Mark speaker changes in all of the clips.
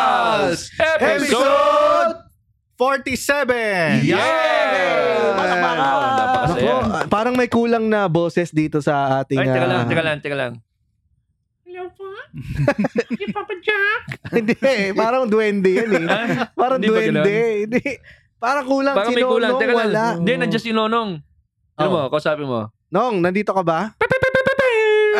Speaker 1: Podcast
Speaker 2: Episode
Speaker 3: 47!
Speaker 1: Yeah!
Speaker 2: Palakpakan!
Speaker 1: Napakasaya.
Speaker 3: Nako, ah, parang may kulang na boses dito sa ating...
Speaker 1: Ay, teka lang,
Speaker 3: ah,
Speaker 1: teka lang, teka lang.
Speaker 4: Hello po? Hindi pa pa Jack?
Speaker 3: Hindi, eh, parang duwende yan eh. Parang
Speaker 1: Hindi ba
Speaker 3: duwende. Hindi. Parang kulang
Speaker 1: Parang
Speaker 3: si
Speaker 1: may kulang.
Speaker 3: Nonong,
Speaker 1: Teka lang.
Speaker 3: wala.
Speaker 1: Hindi, nandiyan si Nonong. Ano
Speaker 3: Oh.
Speaker 1: mo? Kausapin mo.
Speaker 3: Nong, nandito ka ba?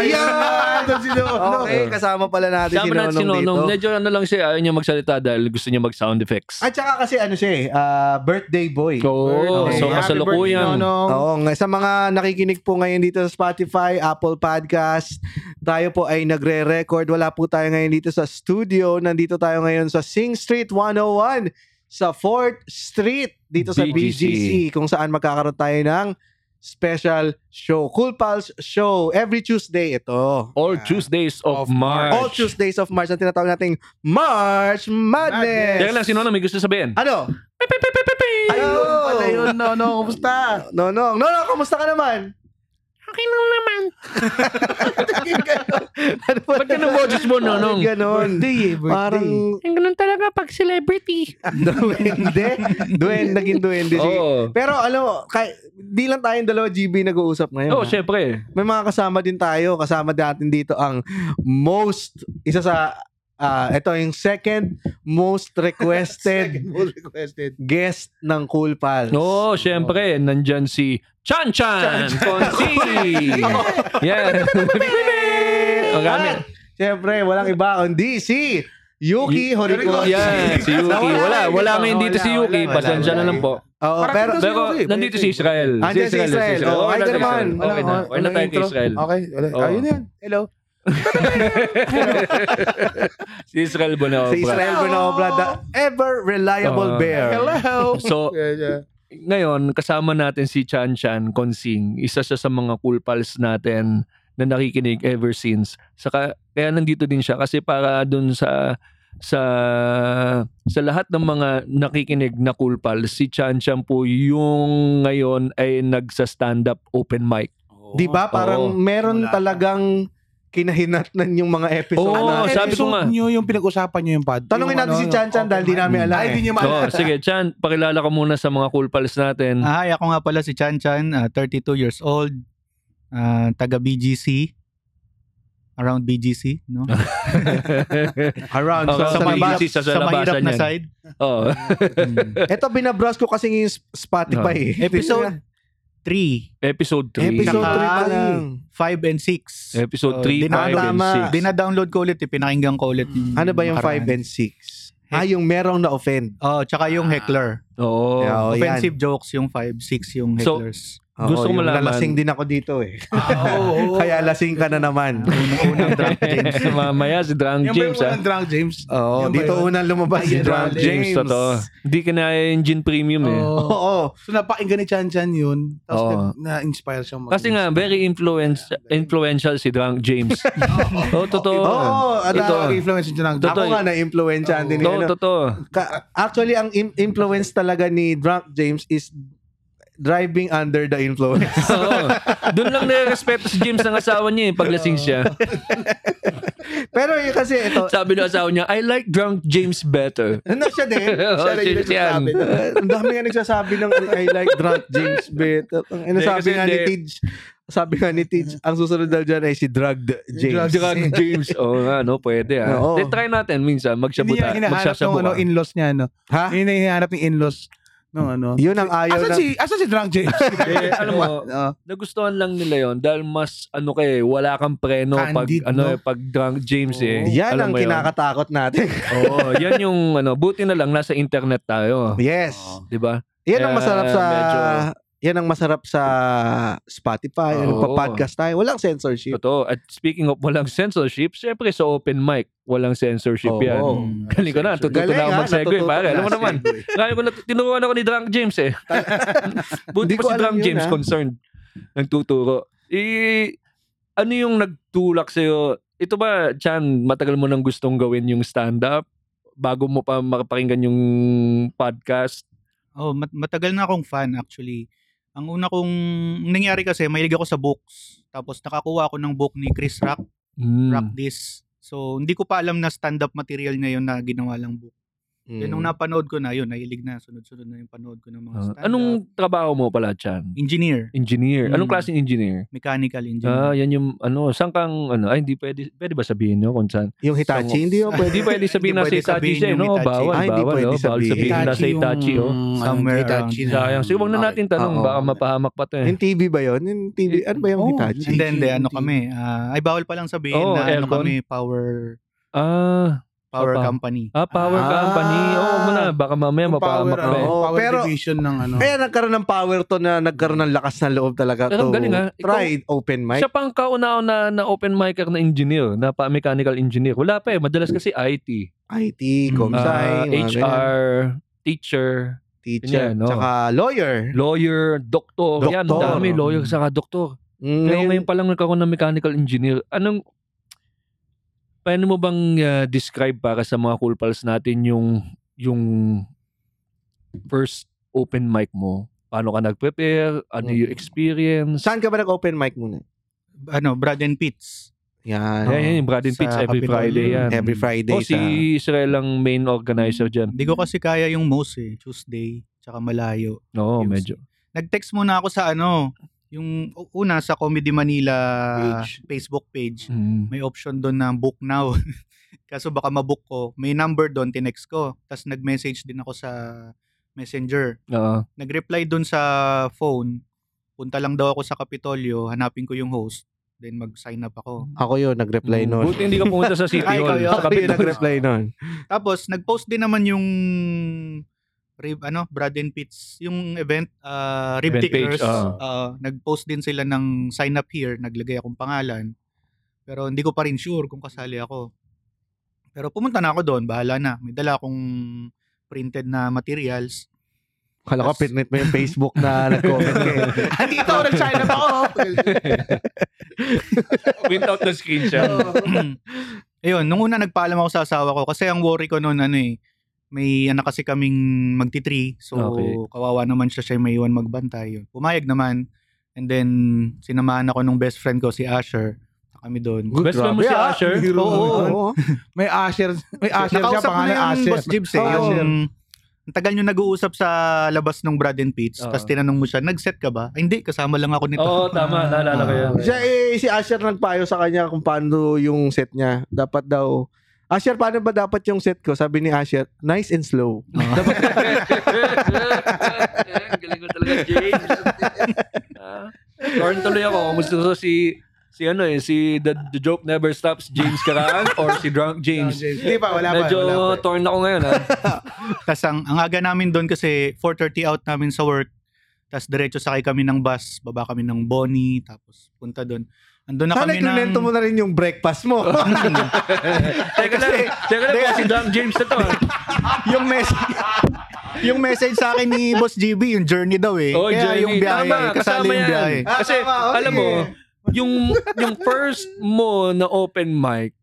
Speaker 2: Ayan! Doon si Lolo.
Speaker 3: Okay, kasama pala natin si
Speaker 1: Sama
Speaker 3: Nonong,
Speaker 1: natin si Nonong.
Speaker 3: dito.
Speaker 1: Medyo ano lang siya, ayaw niya magsalita dahil gusto niya mag-sound effects.
Speaker 3: At saka kasi ano siya eh, ah, birthday boy.
Speaker 1: Oo,
Speaker 3: Birthday.
Speaker 1: Oh, so
Speaker 3: Happy
Speaker 1: kasalukuyang.
Speaker 2: Oh.
Speaker 3: Oo, nga. sa mga nakikinig po ngayon dito sa Spotify, Apple Podcast, tayo po ay nagre-record. Wala po tayo ngayon dito sa studio. Nandito tayo ngayon sa Sing Street 101 sa 4th Street dito sa BGC,
Speaker 1: BGC.
Speaker 3: kung saan magkakaroon tayo ng special show. Cool Pals Show. Every Tuesday ito.
Speaker 1: All Tuesdays of,
Speaker 2: Of
Speaker 1: March.
Speaker 3: All Tuesdays of March ang tinatawag nating March Madness.
Speaker 1: Teka lang, si Nonong may gusto sabihin.
Speaker 3: Ano?
Speaker 2: Ayun Oh, pala yun, Nono. Kumusta?
Speaker 3: No, no. No, no. Kamusta ka naman?
Speaker 4: Okay lang naman.
Speaker 3: Ano ba?
Speaker 1: Ba't ka ng boses mo, Nonong?
Speaker 3: Ganon.
Speaker 2: Birthday eh,
Speaker 3: Parang
Speaker 4: Ang ganun talaga pag celebrity.
Speaker 3: duwende. duwende, naging duwende.
Speaker 1: Oo.
Speaker 3: siya. Pero alam mo, kay, di lang tayong dalawa GB nag-uusap ngayon.
Speaker 1: Oo,
Speaker 3: ha?
Speaker 1: syempre.
Speaker 3: May mga kasama din tayo. Kasama natin dito ang most, isa sa, ah, ito yung second most requested
Speaker 2: Second most requested.
Speaker 3: guest ng Cool Pals.
Speaker 1: Oo, syempre. Nandyan si Chan Chan Consi. Yeah. Ang dami.
Speaker 3: At, Ah, syempre, walang iba kundi si Yuki eh. Horikoshi.
Speaker 1: Yeah, si Yuki. Wala, wala ngayon dito si Yuki.
Speaker 3: wala,
Speaker 1: Pasensya na
Speaker 3: wala.
Speaker 1: lang po.
Speaker 3: Oo,
Speaker 2: Parang
Speaker 3: pero,
Speaker 2: dito
Speaker 1: Pero
Speaker 2: Yuki,
Speaker 1: nandito
Speaker 2: pwede.
Speaker 1: si Israel.
Speaker 3: eh. Andyan si Israel. Oo, ay,
Speaker 1: wala
Speaker 3: ganun
Speaker 1: tayo,
Speaker 3: man.
Speaker 1: Israel. Okay na. Wala
Speaker 2: Walang-
Speaker 1: tayo
Speaker 2: walang
Speaker 1: kay
Speaker 2: intro.
Speaker 1: Israel.
Speaker 2: Okay. wala.
Speaker 1: Oo.
Speaker 2: Ayun yan. Hello.
Speaker 1: Si Israel Bonao.
Speaker 3: Si Israel Bonobla, the ever reliable
Speaker 1: Oo.
Speaker 3: bear.
Speaker 2: Hello.
Speaker 1: So,
Speaker 2: Yeah, yeah.
Speaker 1: ngayon, kasama natin si Chan Chan Consing. Isa siya sa mga cool pals natin na nakikinig ever since. Saka, kaya nandito din siya kasi para dun sa sa sa lahat ng mga nakikinig na cool pals, si Chan Chan po yung ngayon ay nagsa stand-up open mic.
Speaker 3: Di ba? Parang
Speaker 1: Oo.
Speaker 3: meron
Speaker 2: Wala.
Speaker 3: talagang kinahinatnan yung mga episode
Speaker 1: Oo,
Speaker 3: na.
Speaker 1: Oh, sabi ko nga.
Speaker 2: Nyo, yung pinag-usapan nyo yung pod.
Speaker 3: Tanungin
Speaker 2: yung
Speaker 3: natin si Chan Chan dahil di
Speaker 2: open
Speaker 3: namin
Speaker 2: mic.
Speaker 3: alam
Speaker 2: Ay,
Speaker 3: eh.
Speaker 2: di nyo
Speaker 1: So,
Speaker 2: maalala.
Speaker 1: sige, Chan, pakilala ka muna sa mga cool pals natin.
Speaker 5: Ah, Hi, ako nga pala si Chan Chan, ah, 32 years old, ah, taga BGC, around BGC, no?
Speaker 3: Around.
Speaker 1: Okay,
Speaker 3: so,
Speaker 1: sa
Speaker 3: sa
Speaker 1: may
Speaker 3: labas.
Speaker 1: BGC. sa- sa
Speaker 5: mahirap
Speaker 1: labasan
Speaker 5: na
Speaker 1: yan.
Speaker 5: side.
Speaker 1: Oo.
Speaker 5: Mm.
Speaker 3: Ito, binabras ko kasi yung sp- Spotify. eh.
Speaker 5: Episode 3,
Speaker 1: Episode 3.
Speaker 3: Episode 3 pa
Speaker 5: Naka-
Speaker 3: lang.
Speaker 5: 5 and 6.
Speaker 1: Episode
Speaker 5: Oh,
Speaker 1: 3,
Speaker 5: di
Speaker 1: 5,
Speaker 5: na-
Speaker 1: and
Speaker 3: tama.
Speaker 1: 6.
Speaker 5: Dina-download ko ulit, eh, pinakinggan ko ulit.
Speaker 1: Mm.
Speaker 3: Ano ba yung 5 and 6? Ah, yung merong na-offend.
Speaker 5: Oh, tsaka yung heckler.
Speaker 1: Oo.
Speaker 3: Yeah, oh, yan.
Speaker 5: Offensive jokes yung 5, 6 yung
Speaker 1: So,
Speaker 5: hecklers.
Speaker 3: Oo,
Speaker 1: Gusto ko
Speaker 3: yung
Speaker 1: malaman.
Speaker 3: Lalasing din ako dito eh.
Speaker 2: Oh, Oo.
Speaker 3: Kaya lasing ka na naman.
Speaker 5: Unang drunk James.
Speaker 1: Mamaya si Drunk
Speaker 2: Yan ba yung
Speaker 1: James ah.
Speaker 2: walang drunk James?
Speaker 3: Oo,
Speaker 2: Yan ba
Speaker 3: dito
Speaker 2: yun?
Speaker 3: unang lumabas si
Speaker 2: Ay,
Speaker 3: Drunk James.
Speaker 1: James, totoo. Hindi ka na engine premium eh.
Speaker 2: Oo.
Speaker 3: Oo.
Speaker 2: Oh. So napakinggan ni Chan Chan yun. Tapos
Speaker 1: Oo.
Speaker 2: nag- na-inspire siya mag-
Speaker 1: Kasi nga, very influence, influential si Drunk James. Oo, totoo.
Speaker 3: Oo,
Speaker 1: Ito.
Speaker 3: ano,
Speaker 2: Influence siya ng
Speaker 3: ako
Speaker 1: Totoo.
Speaker 3: nga na-influensyahan din.
Speaker 1: Totoo,
Speaker 3: yun.
Speaker 1: totoo.
Speaker 3: Ka- actually, ang im- influence talaga ni Drunk James is driving under the influence.
Speaker 1: Oo. Doon lang nire-respeto si James ng asawa niya eh, paglasing siya.
Speaker 3: Pero yun kasi ito,
Speaker 1: Sabi ng asawa niya, I like Drunk James better.
Speaker 3: ano siya din?
Speaker 1: Oo,
Speaker 3: Siya din yung
Speaker 1: serious yan.
Speaker 3: nagsasabi. Eh, Ang dami nga nagsasabi ng I like Drunk James better. Ang ano
Speaker 1: Hindi,
Speaker 3: sabi
Speaker 1: kasi
Speaker 3: nga ni
Speaker 1: hindi.
Speaker 3: Tej, sabi nga ni Tej, ang susunod daw dyan ay si Drugged James.
Speaker 1: Drunk James. Oo nga, no? Pwede ah.
Speaker 3: Oo.
Speaker 1: Then try natin minsan,
Speaker 2: Hindi niya
Speaker 1: magsabuta.
Speaker 2: hinahanap ng ano,
Speaker 1: Magsasabuta.
Speaker 2: in-laws niya. No?
Speaker 3: Ha?
Speaker 2: Hindi niya hinahanap ng in-laws. No, ano.
Speaker 3: Yun ang ayaw
Speaker 2: Asan
Speaker 3: na.
Speaker 2: si, asan si drunk James?
Speaker 1: Eh, alam mo,
Speaker 2: Oo.
Speaker 1: nagustuhan lang nila yon dahil mas ano kay wala kang preno pag
Speaker 2: Candid,
Speaker 1: ano
Speaker 2: no?
Speaker 1: eh, pag drunk James eh
Speaker 3: Yan ang
Speaker 1: Alam mo yun?
Speaker 3: kinakatakot natin.
Speaker 1: Oo, yan yung ano, buti na lang nasa internet tayo,
Speaker 3: yes.
Speaker 1: 'di ba?
Speaker 3: Yan ang masarap sa...
Speaker 1: Eh, medyo-
Speaker 3: Yan ang masarap sa Spotify.
Speaker 1: Oo.
Speaker 3: Ano pa podcast tayo. Walang censorship.
Speaker 1: Totoo. At speaking of walang censorship, syempre sa open mic, walang censorship
Speaker 3: Oo.
Speaker 1: yan.
Speaker 2: Oh.
Speaker 3: Oo.
Speaker 1: Galing ko na, tututo
Speaker 3: Galing,
Speaker 1: na ako
Speaker 3: ha?
Speaker 1: mag-segue,
Speaker 3: Natututo
Speaker 1: pare. Alam mo
Speaker 3: na,
Speaker 1: naman, kaya ko na, tinuruan ako ni Drunk James eh. Buti
Speaker 3: Hindi ko
Speaker 1: pa si
Speaker 3: alam
Speaker 1: Drunk
Speaker 3: yun,
Speaker 1: James
Speaker 3: ha?
Speaker 1: concerned. Nagtuturo. Eh, ano yung nagtulak sa'yo? Ito ba, Chan, matagal mo nang gustong gawin yung stand-up? Bago mo pa makapakinggan yung podcast?
Speaker 5: Oh, mat- matagal na akong fan actually. Ang una kong ang nangyari kasi mahilig ako sa books. Tapos nakakuha ako ng book ni Chris Rock,
Speaker 1: Hmm.
Speaker 5: Rock This. So hindi ko pa alam na stand-up material na yun na ginawa lang book. Then
Speaker 3: Mm.
Speaker 5: nung napanood ko na, yun, nahilig na. Sunod-sunod na yung panood ko ng mga
Speaker 1: Hmm. Ah,
Speaker 5: stand-up.
Speaker 1: anong trabaho mo pala, Chan?
Speaker 5: Engineer.
Speaker 1: Engineer. Anong
Speaker 5: Mm.
Speaker 1: klaseng engineer?
Speaker 5: Mechanical
Speaker 1: Ah,
Speaker 5: engineer.
Speaker 1: yan yung ano, saan kang ano, ay hindi pwede pwede ba sabihin no kung saan?
Speaker 3: yung Hitachi, hindi yun pwede.
Speaker 1: Hindi pwede sabihin
Speaker 5: Hindi
Speaker 1: nasa
Speaker 5: pwede
Speaker 1: Itachi
Speaker 5: sabihin
Speaker 1: siya, eh,
Speaker 5: yung
Speaker 1: no?
Speaker 5: Hitachi.
Speaker 1: Bawal,
Speaker 3: Ah, hindi
Speaker 1: bawal,
Speaker 3: pwede
Speaker 1: no? Bawal
Speaker 3: sabihin.
Speaker 1: sabihin nasa Itachi, oh.
Speaker 5: Somewhere
Speaker 1: Sayang. Sige, wag na natin tanong, baka mapahamak pa 'to eh.
Speaker 3: Yung TV ba yun? Yung TV, ano ba yung
Speaker 5: Oh,
Speaker 3: Hitachi?
Speaker 5: And then, de, ano kami, ah, ay bawal palang sabihin
Speaker 1: Oo,
Speaker 5: na ano
Speaker 1: Oh, aircon.
Speaker 5: kami, power
Speaker 1: Ah, Opa.
Speaker 5: power company.
Speaker 1: ah power
Speaker 3: Ah.
Speaker 1: company. Oo, oh, na, baka mamaya
Speaker 2: Yung
Speaker 1: mapahamak pa
Speaker 2: power,
Speaker 1: eh.
Speaker 2: ano,
Speaker 3: Oo,
Speaker 2: power
Speaker 3: pero-
Speaker 2: division ng ano.
Speaker 3: Kaya nagkaroon ng power to na nagkaroon ng lakas ng loob talaga
Speaker 1: Pero
Speaker 3: to
Speaker 1: ang galing, ah. Ikaw-
Speaker 3: try open mic.
Speaker 1: Siya pang kauna-una na open micer na engineer, na pa mechanical engineer. Wala pa eh, madalas kasi IT,
Speaker 3: IT,
Speaker 5: Mm.
Speaker 1: ah,
Speaker 3: comsci, mga ganyan,
Speaker 1: HR, teacher,
Speaker 3: teacher,
Speaker 1: ganyan, no?
Speaker 3: tsaka lawyer.
Speaker 1: lawyer, doktor. Yan,
Speaker 3: Doktor.
Speaker 1: dami,
Speaker 5: Mm.
Speaker 1: lawyer, saka doktor.
Speaker 3: Mm,
Speaker 1: Pero
Speaker 3: ngayon-
Speaker 1: ngayon pa lang nagkaroon ng mechanical engineer. Anong, paano mo bang uh, describe para sa mga cool pals natin yung, yung first open mic mo? Paano ka nag-prepare? Ano
Speaker 3: Mm.
Speaker 1: yung experience?
Speaker 3: Saan ka ba nag-open mic muna?
Speaker 5: Ano, Brad and Pitts.
Speaker 3: Yan.
Speaker 1: Ayan, yan, yung Brad and
Speaker 5: Sa
Speaker 1: Pitts every
Speaker 5: Capitol.
Speaker 1: Friday yan.
Speaker 3: Every Friday
Speaker 1: O Oh, si
Speaker 3: sa...
Speaker 1: Israel ang main organizer dyan.
Speaker 5: Hindi ko kasi kaya yung most eh, Tuesday, tsaka malayo.
Speaker 1: Oo,
Speaker 5: Yung-
Speaker 1: medyo.
Speaker 5: Nag-text muna ako sa ano, yung u- una sa Comedy Manila
Speaker 3: Page.
Speaker 5: Facebook page.
Speaker 1: Mm.
Speaker 5: May option doon na book now. Kaso baka mabook ko. May number doon, tinext ko. Tapos nag-message din ako sa Messenger.
Speaker 1: Oo.
Speaker 5: Nag-reply doon sa phone. Punta lang daw ako sa Kapitolyo, hanapin ko yung host. Then mag-sign up ako.
Speaker 3: Ako yun, nag-reply nun.
Speaker 1: Hmm. Buti hindi ka pumunta sa City
Speaker 5: Ay,
Speaker 1: Hall.
Speaker 5: ikaw yun.
Speaker 1: Sa
Speaker 3: Ako yun,
Speaker 1: Capitol.
Speaker 3: nag-reply nun.
Speaker 5: Tapos nag-post din naman yung rib ano Brad and Pitts yung event uh, rib
Speaker 1: Event page,
Speaker 5: tickers
Speaker 1: ah.
Speaker 5: Ah, nag-post din sila ng sign up here naglagay akong pangalan pero hindi ko pa rin sure kung kasali ako pero pumunta na ako doon bahala na may dala akong printed na materials
Speaker 3: Kala ko, pinit mo yung Facebook na nag-comment eh. kayo.
Speaker 5: andito
Speaker 2: eh,
Speaker 5: nag-sign up
Speaker 2: oh,
Speaker 5: ako
Speaker 1: Print out the screenshot.
Speaker 5: Mm. Ayun, nung una nagpaalam ako sa asawa ko kasi ang worry ko noon ano eh, may anak kasi kaming magti-3. So
Speaker 1: Okay.
Speaker 5: kawawa naman siya siya may iwan magbantay yun. Pumayag naman. And then sinamahan ako nung best friend ko si Asher. Kami doon.
Speaker 1: Best friend mo si
Speaker 3: Grabe, ah,
Speaker 1: Asher?
Speaker 3: hero
Speaker 5: Oo.
Speaker 3: naman.
Speaker 2: May Asher, may Asher siya,
Speaker 5: Ah, Nakausap ko
Speaker 2: pangalan
Speaker 5: na yung
Speaker 2: Asher.
Speaker 5: Boss Jibs eh.
Speaker 3: Oh,
Speaker 5: yung,
Speaker 3: Asher.
Speaker 5: ang tagal nyo nag-uusap sa labas ng Brad and Peach.
Speaker 1: Oo.
Speaker 5: Tapos tinanong mo siya, nag-set ka ba? Ay, hindi, kasama lang ako nito.
Speaker 1: Oo, tama. Naalala ko yan.
Speaker 3: Siya eh, si Asher nagpayo sa kanya kung paano yung set niya. Dapat daw, Asher, paano ba dapat yung set ko? Sabi ni Asher, nice and slow.
Speaker 1: Galing ko talaga, James. Ah, Torn tuloy ako. Kung gusto ko si si ano eh, si The, The Joke Never Stops, James Caraan, or si Drunk James.
Speaker 2: Ah, Hindi pa, wala pa.
Speaker 1: Medyo
Speaker 2: wala pa.
Speaker 1: torn ako ngayon. ah. Ha?
Speaker 5: Tapos ang, ang aga namin doon kasi 4.30 out namin sa work. Tapos diretso sakay kami ng bus, baba kami ng Bonnie, tapos punta doon. Andun na
Speaker 3: Sana
Speaker 5: kami ng... Ano?
Speaker 3: iklinento mo na rin yung breakfast mo.
Speaker 1: teka lang, teka lang po, si Drunk James na to. ah. ha?
Speaker 5: yung message yung message sa akin ni Boss GB, yung journey daw eh.
Speaker 1: Oh,
Speaker 5: Kaya
Speaker 1: journey.
Speaker 5: yung biyahe,
Speaker 1: Tama,
Speaker 5: kasali
Speaker 1: kasama
Speaker 5: yung
Speaker 1: yan.
Speaker 5: biyahe.
Speaker 3: Ah,
Speaker 1: Kasi,
Speaker 3: tama, okay.
Speaker 1: alam mo, mm. yung yung first mo na open mic,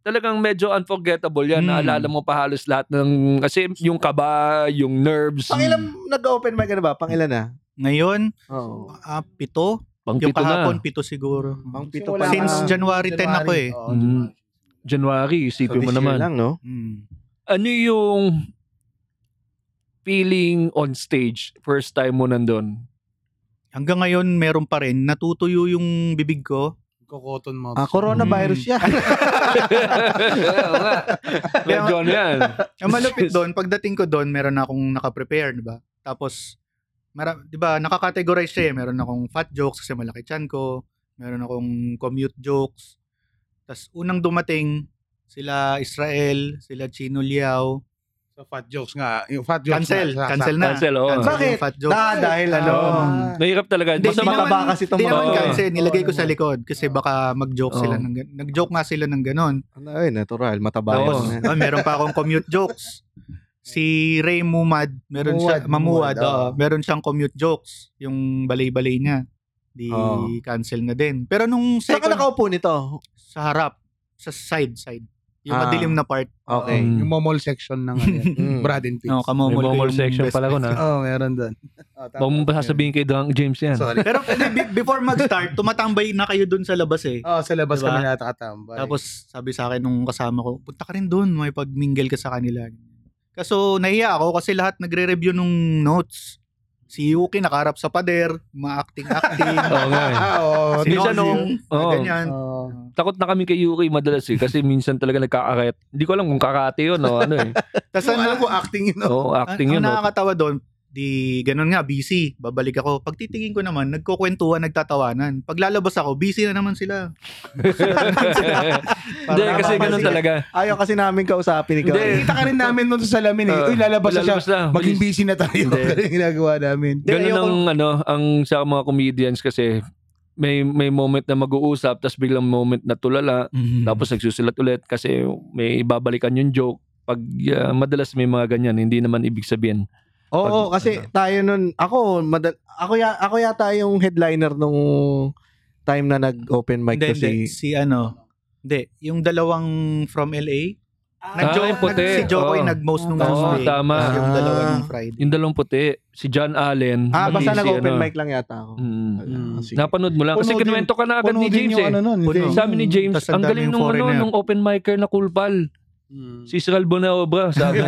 Speaker 1: talagang medyo unforgettable yan.
Speaker 5: Hmm.
Speaker 1: Naalala mo pa halos lahat ng, kasi yung kaba, yung nerves.
Speaker 3: Pang ilang nag-open mic ka na ba? Pang ilan na?
Speaker 5: Ngayon,
Speaker 3: Oo.
Speaker 5: ah, pito.
Speaker 1: Pang
Speaker 5: yung
Speaker 1: pito
Speaker 5: kahapon,
Speaker 1: na.
Speaker 5: pito siguro.
Speaker 3: Pang
Speaker 2: Kasi
Speaker 3: pito
Speaker 2: wala
Speaker 3: pa.
Speaker 5: Since
Speaker 2: ka-
Speaker 5: January 10 ako eh.
Speaker 2: Oo,
Speaker 1: Mm.
Speaker 2: January.
Speaker 1: January,
Speaker 3: So,
Speaker 1: isipin mo
Speaker 3: this year
Speaker 1: naman.
Speaker 3: lang, no?
Speaker 5: Mm.
Speaker 1: Ano yung feeling on stage first time mo nandun?
Speaker 5: Hanggang ngayon, meron pa rin. Natutuyo yung bibig ko.
Speaker 2: Kokoton mo.
Speaker 3: Ah, coronavirus
Speaker 5: Mm.
Speaker 3: siya.
Speaker 1: Oo nga. Medyo ano yan.
Speaker 5: Ang malupit doon, pagdating ko doon, meron akong nakaprepare, di ba? Tapos, mara, di ba, nakakategorize siya eh. Meron akong fat jokes kasi malaki chan ko. Meron akong commute jokes. Tapos, unang dumating, sila Israel, sila Chino Liao.
Speaker 2: So, fat jokes nga. Yung fat jokes
Speaker 5: Cancel,
Speaker 2: na- sa-
Speaker 5: cancel na.
Speaker 1: Cancel, oo.
Speaker 5: Cancel
Speaker 3: Bakit?
Speaker 5: yung fat jokes.
Speaker 3: Ah, dahil ano.
Speaker 2: Ah.
Speaker 1: Mahirap talaga.
Speaker 5: Hindi,
Speaker 1: Basta
Speaker 5: hindi
Speaker 1: maka-
Speaker 5: naman-
Speaker 3: mataba kasi itong
Speaker 5: Hindi naman
Speaker 1: Oo.
Speaker 5: cancel, nilagay ko sa
Speaker 2: Oo.
Speaker 5: likod kasi baka mag-joke
Speaker 1: Oo.
Speaker 5: sila ng gan- nag-joke nga sila ng ganon.
Speaker 3: Ano, Ay, natural. Mataba
Speaker 1: Oo.
Speaker 3: yun.
Speaker 5: Ah, meron pa akong commute jokes. Si Ray Mumad, meron siya,
Speaker 2: Mumad,
Speaker 5: Mamuad,
Speaker 2: Mumad,
Speaker 5: oo.
Speaker 2: oo.
Speaker 5: meron siyang commute jokes. Yung balay-balay niya. Di
Speaker 3: Oo.
Speaker 5: cancel na din. Pero nung
Speaker 3: Saan ka
Speaker 5: second,
Speaker 3: nakaupo nito?
Speaker 5: sa harap, sa side, side. Yung
Speaker 3: Ah.
Speaker 5: madilim na part.
Speaker 3: Okay.
Speaker 1: Mm.
Speaker 2: Yung momol section ng ano yan.
Speaker 3: Mm.
Speaker 2: Brad and Pitts.
Speaker 5: No,
Speaker 1: May
Speaker 5: kamomol ko
Speaker 1: mall
Speaker 5: yung
Speaker 1: section
Speaker 5: best
Speaker 1: pala ko na.
Speaker 2: Oo, meron doon. Oh,
Speaker 1: Huwag mo pa sasabihin kay Drunk James yan.
Speaker 2: Sorry.
Speaker 5: Pero hindi, be- before mag-start, tumatambay na kayo dun sa labas eh.
Speaker 2: Oh, sa labas
Speaker 5: Diba?
Speaker 2: kami natakatambay.
Speaker 5: Tapos sabi sa akin nung kasama ko, punta ka rin dun, may pag-mingle ka sa kanila. Kaso nahiya ako kasi lahat nagre-review nung notes. Si Yuki nakaharap sa pader, ma-acting-acting.
Speaker 1: Oo nga eh.
Speaker 2: Ah, oo.
Speaker 5: si
Speaker 1: minsan
Speaker 5: Nong,
Speaker 1: oo.
Speaker 5: ganyan.
Speaker 2: Oo.
Speaker 1: Takot na kami kay Yuki madalas eh. Kasi minsan talaga nagkakaret. Hindi ko alam kung kakate yun o ano eh.
Speaker 5: Tapos
Speaker 2: Yung
Speaker 5: ang-
Speaker 2: alam ko acting yun.
Speaker 1: Oo, acting
Speaker 5: ang,
Speaker 1: yun. oh.
Speaker 5: ang nakakatawa doon, di ganun nga, busy. Babalik ako. Pag titingin ko naman, nagkukwentuhan, nagtatawanan. Paglalabas ako, busy na naman sila.
Speaker 1: Hindi, kasi
Speaker 3: napapansin
Speaker 1: ganun
Speaker 3: ka.
Speaker 1: talaga.
Speaker 3: Ayaw kasi namin kausapin ikaw. eh.
Speaker 1: Hindi.
Speaker 2: Kita ka rin namin nun sa salamin eh.
Speaker 1: Oo.
Speaker 2: Uy, lalabas na siya.
Speaker 1: Lalabas na.
Speaker 2: Maging busy na tayo.
Speaker 1: Hindi.
Speaker 2: Ganun yung ginagawa namin.
Speaker 1: Ganun
Speaker 3: Ayoko-
Speaker 1: ang ano, ang sa mga comedians kasi may may moment na mag-uusap tapos biglang moment na tulala
Speaker 5: Mm.
Speaker 1: tapos nagsusulat ulit kasi may babalikan yung joke pag ah, madalas may mga ganyan hindi naman ibig sabihin
Speaker 3: Oo,
Speaker 1: Pag- ano.
Speaker 3: kasi tayo nun, ako, madal, ako, ya, ako yata yung headliner nung time na nag-open mic ko
Speaker 5: Hindi, hindi.
Speaker 3: si...
Speaker 5: Si ano, hindi. Yung dalawang from LA,
Speaker 1: Ah,
Speaker 5: nag-joke,
Speaker 1: yung puti.
Speaker 5: nag- si Jokoy
Speaker 1: Oo.
Speaker 5: nag-most nung
Speaker 2: Oo,
Speaker 5: last day.
Speaker 1: tama.
Speaker 5: Yung dalawa
Speaker 3: Ah.
Speaker 5: nung Friday.
Speaker 1: yung dalawang puti si John Allen
Speaker 3: Ah,
Speaker 1: pati
Speaker 3: basta
Speaker 1: si
Speaker 3: nag-open
Speaker 1: ano,
Speaker 3: mic lang yata ako.
Speaker 1: mm,
Speaker 2: Hmm.
Speaker 3: Ah, sige.
Speaker 1: napanood mo lang kasi
Speaker 2: Puno din-
Speaker 1: kinuwento ka na agad
Speaker 2: Puno
Speaker 1: ni
Speaker 2: din
Speaker 1: James
Speaker 2: yung
Speaker 1: eh
Speaker 2: ano nun,
Speaker 5: Puno.
Speaker 2: hindi.
Speaker 1: sabi ni James
Speaker 5: Tas ang
Speaker 1: ang galing
Speaker 5: daming
Speaker 1: nung ano
Speaker 5: foreigner.
Speaker 1: nung open micer na kulpal
Speaker 3: Mm.
Speaker 2: Hmm.
Speaker 1: si Israel Bonaobra sabi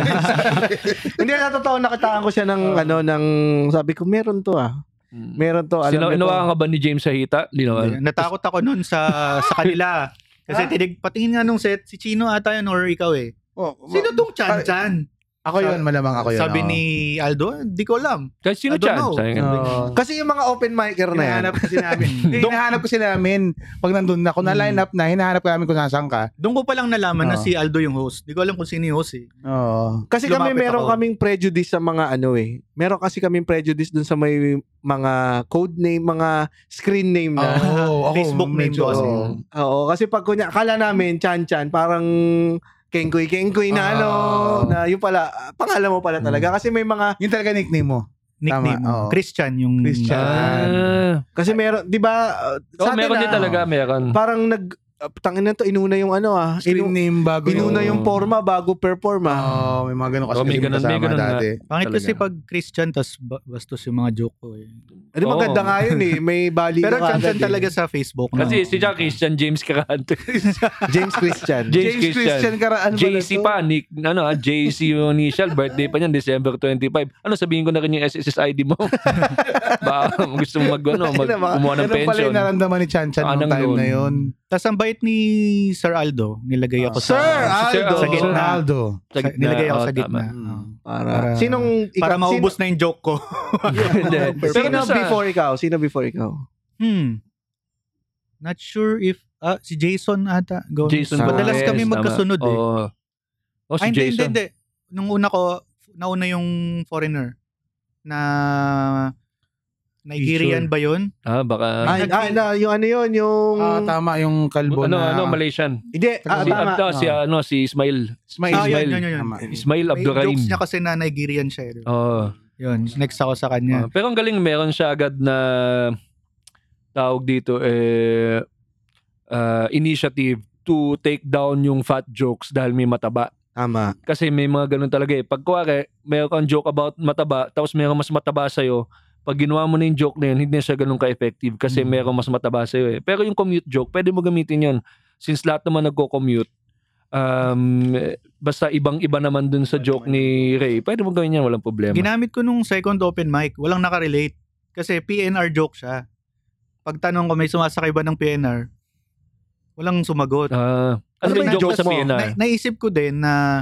Speaker 3: Hindi, na totoo, nakitaan ko siya ng, ano, ng, sabi ko, meron to ah.
Speaker 1: Mm.
Speaker 3: Meron to, alam
Speaker 1: Sino,
Speaker 3: mo to.
Speaker 1: inawakan ka ba ni James sa hita? Linawan.
Speaker 5: Hindi. Natakot ako nun sa sa kanila. Kasi
Speaker 2: Ah.
Speaker 5: tinig, patingin nga nung set, si Chino ata yun or ikaw eh.
Speaker 2: Oh,
Speaker 5: Sino tong Chan Chan?
Speaker 2: Ako yun, malamang ako yun.
Speaker 5: Sabi
Speaker 2: oo.
Speaker 5: ni Aldo, di ko alam.
Speaker 1: Kahit sino
Speaker 5: I don't
Speaker 1: Chan?
Speaker 5: know.
Speaker 1: Sayang.
Speaker 2: Oo.
Speaker 3: Kasi yung mga open micer na yan,
Speaker 2: Hinahanap kasi namin. Hindi, hinahanap kasi namin. Pag nandun na, kung na-line up na, hinahanap ka namin kung nasaan ka.
Speaker 5: Doon ko palang nalaman na
Speaker 2: Oo.
Speaker 5: si Aldo yung host. Di ko alam kung sino yung host eh.
Speaker 2: Oo.
Speaker 3: kasi kami
Speaker 5: lumapit
Speaker 3: meron
Speaker 5: ako.
Speaker 3: kaming prejudice sa mga ano eh. Meron kasi kaming prejudice dun sa may mga code name, mga screen name na.
Speaker 2: Oo, ako
Speaker 5: Facebook meme
Speaker 2: medyo,
Speaker 5: ko kasi.
Speaker 2: oo.
Speaker 3: Oo, kasi pag kunya, akala namin, chan-chan, parang kengkoy-kengkoy na
Speaker 2: Ah.
Speaker 3: ano, na yung pala, ah, pangalan mo pala talaga. Kasi may mga,
Speaker 2: Yun talaga nickname mo.
Speaker 5: Nickname.
Speaker 2: Tama, oo.
Speaker 5: Christian yung...
Speaker 2: Christian.
Speaker 1: Ah.
Speaker 3: kasi meron, di ba, ah,
Speaker 1: Oh,
Speaker 3: sa atin
Speaker 1: meron
Speaker 3: ah,
Speaker 1: din talaga, meron.
Speaker 3: parang nag, ah, tangin na to, inuna yung ano ah,
Speaker 2: Screen
Speaker 3: inu-
Speaker 2: name bago.
Speaker 3: inuna yung forma bago perform ah.
Speaker 2: Oo, may mga ganun kasi
Speaker 1: Oo, may
Speaker 2: kasama
Speaker 1: ganun, may ganun nga.
Speaker 2: dati.
Speaker 5: Pangit kasi
Speaker 1: Talaga.
Speaker 5: pag Christian, tas ba- bastos yung mga joke ko eh.
Speaker 3: Di
Speaker 1: Oo.
Speaker 3: maganda nga yun eh, may bali
Speaker 5: Pero
Speaker 3: ka
Speaker 5: Chan Chan
Speaker 3: agad eh.
Speaker 5: talaga sa Facebook. no?
Speaker 1: Kasi si Jack Christian, James Karante.
Speaker 3: James Christian.
Speaker 1: James, Christian.
Speaker 5: Ano
Speaker 2: Karaan pala
Speaker 1: JC
Speaker 2: to.
Speaker 1: pa, Nick, ano, ah, JC yung initial, birthday pa niyan, December 25. Ano, sabihin ko na rin yung SSID mo. Baka gusto mo mag, ano, mag,
Speaker 3: Ayun na, mga-
Speaker 1: kumuha ng
Speaker 2: Ganun pala
Speaker 1: pension.
Speaker 2: yung naramdaman ni Chan Chan
Speaker 1: Ah,
Speaker 2: nung
Speaker 1: nang
Speaker 2: time
Speaker 1: noon.
Speaker 2: na yun.
Speaker 5: Tas ang bait ni Sir Aldo, nilagay ako
Speaker 2: Sir
Speaker 5: sa...
Speaker 1: Sir ah,
Speaker 2: Aldo!
Speaker 5: Aldo.
Speaker 2: Sir Aldo.
Speaker 1: Sa gitna,
Speaker 5: nilagay ako
Speaker 1: oo,
Speaker 5: sa
Speaker 1: tama.
Speaker 5: gitna. Oo.
Speaker 3: Hmm, Para,
Speaker 5: Para-
Speaker 3: sinong ikaw?
Speaker 5: Para maubos na yung joke ko.
Speaker 1: Hindi.
Speaker 3: Sino,
Speaker 1: Pero
Speaker 3: sino
Speaker 1: sa-
Speaker 3: before ikaw? Sino before ikaw?
Speaker 5: Hmm. Not sure if ah, si Jason ata. Go.
Speaker 1: Jason
Speaker 2: Sa-
Speaker 5: Madalas
Speaker 1: Gomez,
Speaker 5: kami
Speaker 1: tama.
Speaker 5: magkasunod eh.
Speaker 1: Oo. Oh, si
Speaker 5: Ay, hindi, hindi,
Speaker 1: Jason.
Speaker 5: hindi. Nung una ko, nauna yung foreigner na Nigerian ba yun?
Speaker 1: Ah, baka...
Speaker 3: Ah, ah, na, yung ano yun, yung...
Speaker 2: Ah, tama yung kalbo
Speaker 1: ano,
Speaker 2: na.
Speaker 1: ano, Malaysian.
Speaker 3: Hindi, ah,
Speaker 1: si,
Speaker 3: tama.
Speaker 1: Abda, si, ano, si Ismail.
Speaker 2: Smile.
Speaker 5: Ah, yun,
Speaker 1: Ismail.
Speaker 5: yun, yun, yun.
Speaker 2: Tama.
Speaker 1: Ismail
Speaker 5: May
Speaker 1: Abdurrahim. Oh.
Speaker 5: jokes niya kasi na Nigerian siya. Eh.
Speaker 1: Oo.
Speaker 5: Yun, next ako sa
Speaker 1: Ah,
Speaker 5: kanya.
Speaker 1: pero ang galing, meron siya agad na tawag dito eh ah, initiative to take down yung fat jokes dahil may mataba.
Speaker 3: Tama.
Speaker 1: Kasi may mga ganun talaga eh. Pag kuwari, meron kang joke about mataba, tapos meron mas mataba sa'yo, pag ginawa mo na yung joke na yun, hindi na siya ganun ka-effective kasi
Speaker 5: Mm.
Speaker 1: meron mas mataba sa'yo eh. Pero yung commute joke, pwede mo gamitin yun. Since lahat naman nagko-commute, um, eh, basta ibang-iba naman dun sa joke ni Ray, pwede mo gawin yan, walang problema.
Speaker 5: Ginamit ko nung second open mic, walang nakarelate. Kasi PNR joke siya. Pagtanong ko may sumasakay ba ng PNR, walang sumagot.
Speaker 1: Ah, ano ba yung joke sa PNR?
Speaker 5: Na- naisip ko din na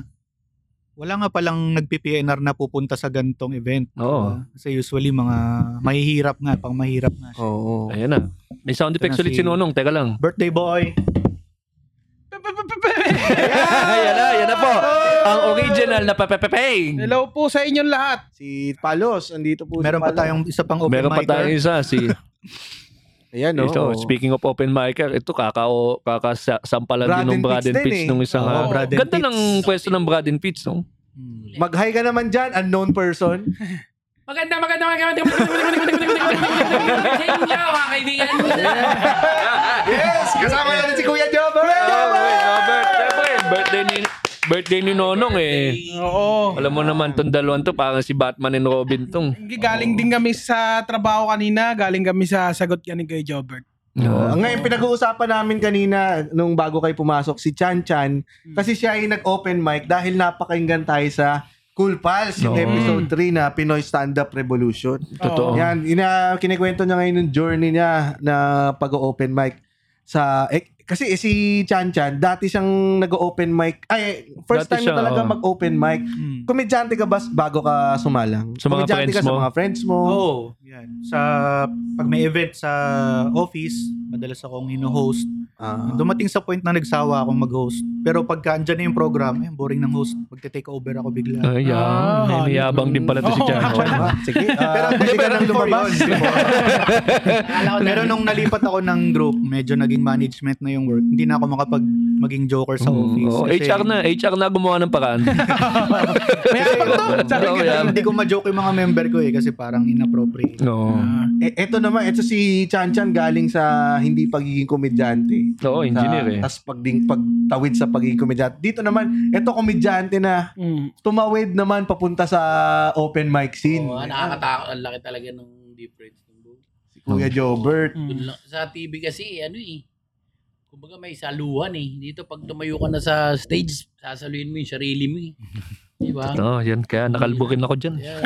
Speaker 5: wala nga palang nagpi-PNR na pupunta sa gantong event.
Speaker 1: Oo.
Speaker 5: Kasi usually mga mahihirap nga, pang mahirap nga. siya.
Speaker 3: Oo.
Speaker 1: Ayan na. May sound effects
Speaker 5: na
Speaker 1: ulit
Speaker 5: si-
Speaker 1: si Nonong. Teka lang.
Speaker 5: Birthday boy.
Speaker 1: ayan na, ayan na po. Ang original na papapapeng.
Speaker 2: Hello po sa inyong lahat.
Speaker 3: Si Palos, andito po
Speaker 5: Meron
Speaker 3: si
Speaker 5: pa
Speaker 3: Palos.
Speaker 5: tayong isa pang open
Speaker 1: Meron pa
Speaker 6: ah.
Speaker 5: micer.
Speaker 1: tayo isa. Si,
Speaker 3: Ayan, no?
Speaker 1: ito, speaking of open micer, ito kakao, kakasampalan
Speaker 3: Brad
Speaker 1: din ng
Speaker 3: and
Speaker 1: Brad
Speaker 3: Pitts
Speaker 1: and
Speaker 3: din
Speaker 1: Pitts
Speaker 3: eh.
Speaker 1: nung isang...
Speaker 5: Oo,
Speaker 1: ah,
Speaker 5: Brad and
Speaker 1: ganda
Speaker 5: Pitts.
Speaker 1: ng pwesto ng Brad and Pitts, no?
Speaker 5: Hmm.
Speaker 3: Mag-hi ka naman dyan, unknown person.
Speaker 4: Maganda, maganda, maganda, maganda, maganda, maganda, maganda, maganda, maganda, maganda, maganda, sa inyo, ah, mga kaibigan.
Speaker 3: yes! Kasama natin si Kuya Jobo!
Speaker 1: Siyempre, birthday ni... Birthday ni Nonong eh.
Speaker 6: Oo.
Speaker 1: Alam mo naman, tong dalawang to, parang si Batman and Robin tong.
Speaker 6: Galing din kami sa trabaho kanina, galing kami sa sagot yan ni Kuya Jobert.
Speaker 1: Oo.
Speaker 3: Ah, Ngayon, pinag-uusapan namin kanina nung
Speaker 5: Hmm.
Speaker 3: bago kayo pumasok si Chan Chan kasi siya ay nag-open mic dahil napakinggan tayo sa Cool Pals, yung
Speaker 1: No.
Speaker 3: episode 3 na Pinoy Stand-Up Revolution.
Speaker 1: Totoo.
Speaker 3: Yan, ina, kinikwento niya ngayon yung journey niya na pag-open mic sa eh, kasi eh, si Chan Chan, dati siyang nag-open mic. Ay, eh, first
Speaker 1: Dati
Speaker 3: time
Speaker 1: siya,
Speaker 3: niya talaga
Speaker 1: oh.
Speaker 3: mag-open mic.
Speaker 5: Hmm.
Speaker 3: Komedyante ka ba s- bago ka sumalang?
Speaker 1: Sa mga
Speaker 3: Komedyante
Speaker 1: friends
Speaker 3: ka
Speaker 1: mo?
Speaker 3: sa mga friends mo.
Speaker 5: Oo, yan. Sa, pag may event sa office, madalas akong hino-host.
Speaker 3: Ah.
Speaker 5: Dumating sa point na nagsawa akong mag-host. Pero pagka andyan na yung program, eh, boring ng host. Magte-take over ako bigla.
Speaker 1: Ay, yan.
Speaker 6: Ah,
Speaker 1: May mayabang din pala to si
Speaker 6: Oo,
Speaker 1: Jan.
Speaker 6: actually.
Speaker 1: oh.
Speaker 3: Ah, sige. Ah,
Speaker 5: pero
Speaker 3: pwede
Speaker 5: pero
Speaker 3: ka nang
Speaker 5: before
Speaker 3: lumabas.
Speaker 5: yun, before- pero nung nalipat ako ng group, medyo naging management na yung work. Hindi na ako makapag maging joker sa
Speaker 1: Mm,
Speaker 5: office.
Speaker 1: Oo,
Speaker 5: Kasi-
Speaker 1: HR Oh, na. HR na gumawa ng paraan.
Speaker 6: Mayabang to. Sabi
Speaker 1: Oo,
Speaker 6: ko,
Speaker 1: yeah.
Speaker 5: Hindi ko ma-joke yung mga member ko eh kasi parang inappropriate.
Speaker 1: Oo.
Speaker 3: Eh, eto naman, eto si Chan Chan galing sa hindi pagiging komedyante.
Speaker 1: Oo, engineer eh.
Speaker 3: Tapos pagding, pagtawid sa pagiging komedyante. Dito naman, eto komedyante na
Speaker 6: Mm.
Speaker 3: tumawid naman papunta sa open mic scene.
Speaker 6: Oh,
Speaker 4: Oo,
Speaker 6: ano?
Speaker 4: nakakatakot. Ang laki talaga ng difference. ng buhay.
Speaker 3: si Kuya Jobert.
Speaker 6: Mm.
Speaker 4: Doon lang- Sa TV kasi, ano eh. Kumbaga may saluhan eh. Dito pag tumayo ka na sa stage, sasaluhin mo yung sarili mo eh. Di ba?
Speaker 1: Oo, yan. Kaya nakalbukin ako dyan.
Speaker 4: Yeah.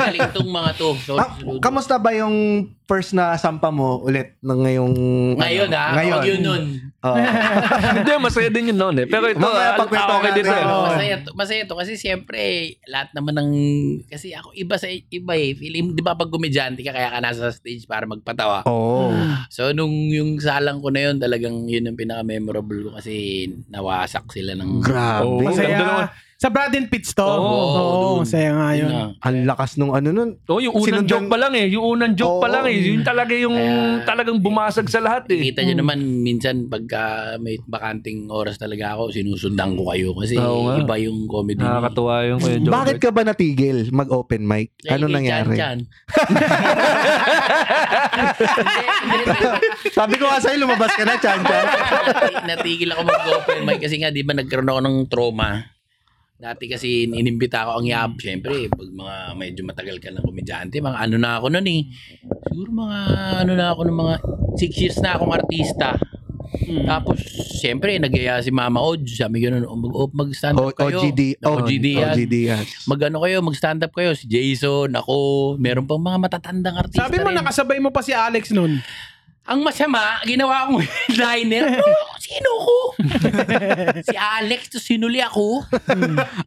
Speaker 4: Galing tong mga to.
Speaker 6: Oh,
Speaker 4: So,
Speaker 3: Ah, kamusta ba yung first na sampa mo ulit ng ngayong... Ah,
Speaker 4: Ngayon
Speaker 3: ano,
Speaker 4: ha,
Speaker 3: Ngayon.
Speaker 4: huwag yun nun.
Speaker 3: Oo.
Speaker 1: Hindi, masaya din yun noon eh. Pero ito,
Speaker 3: Mamaya
Speaker 1: ah,
Speaker 3: pagkwento
Speaker 1: okay
Speaker 3: natin.
Speaker 1: din to eh.
Speaker 3: Oo.
Speaker 4: Masaya to, masaya to kasi siyempre lahat naman ng kasi ako iba sa iba eh. Feeling, 'di ba pag komedyante ka kaya ka nasa stage para magpatawa.
Speaker 3: Oo.
Speaker 4: So nung yung salang ko na yun, talagang yun ang pinaka-memorable ko kasi nawasak sila ng
Speaker 3: Grabe.
Speaker 1: Oo. Ang dalawa-
Speaker 6: Masaya. Sa Brad and Pitts to.
Speaker 1: Oo,
Speaker 6: Oo,
Speaker 4: dude.
Speaker 6: masaya nga yun.
Speaker 4: Yun
Speaker 3: Ang lakas nung ano nun.
Speaker 1: Oh, yung unang
Speaker 3: Sinundan-
Speaker 1: joke pa lang eh. Yung unang joke pa
Speaker 3: Oo.
Speaker 1: lang eh. Yun talaga yung
Speaker 4: Kaya-
Speaker 1: talagang bumasag sa lahat eh.
Speaker 4: Kita nyo naman, minsan pagka may bakanting oras talaga ako, sinusundan ko kayo kasi
Speaker 1: Oo nga.
Speaker 4: iba yung comedy.
Speaker 1: Nakakatuwa yung kuya Jobert.
Speaker 3: Bakit ka ba natigil mag-open mic? Ano nangyari? Sabi ko nga sa'yo, lumabas ka na, Chan Chan.
Speaker 4: Natigil ako mag-open mic kasi nga, di ba nagkaroon ako ng trauma. Dati kasi inimbita ako ang yab. Siyempre, pag mga medyo matagal ka ng komedyante, mga ano na ako nun eh. Siguro mga ano na ako ng mga 6 years na akong artista.
Speaker 6: Mm.
Speaker 4: Tapos, siyempre, nagyaya si Mama Od. Sabi ganun, "O, mag, o, mag-stand
Speaker 3: O,
Speaker 4: up kayo.
Speaker 3: OGD.
Speaker 4: OGD yan.
Speaker 3: OGD yan.
Speaker 4: Mag-ano kayo, mag-stand up kayo. Si Jason, ako. Meron pang mga matatandang artista
Speaker 6: Sabi mo,
Speaker 4: rin.
Speaker 6: nakasabay mo pa si Alex nun.
Speaker 4: Ang masama, ginawa akong headliner. Ano ako? Sino ko? si Alex, to sinuli ako.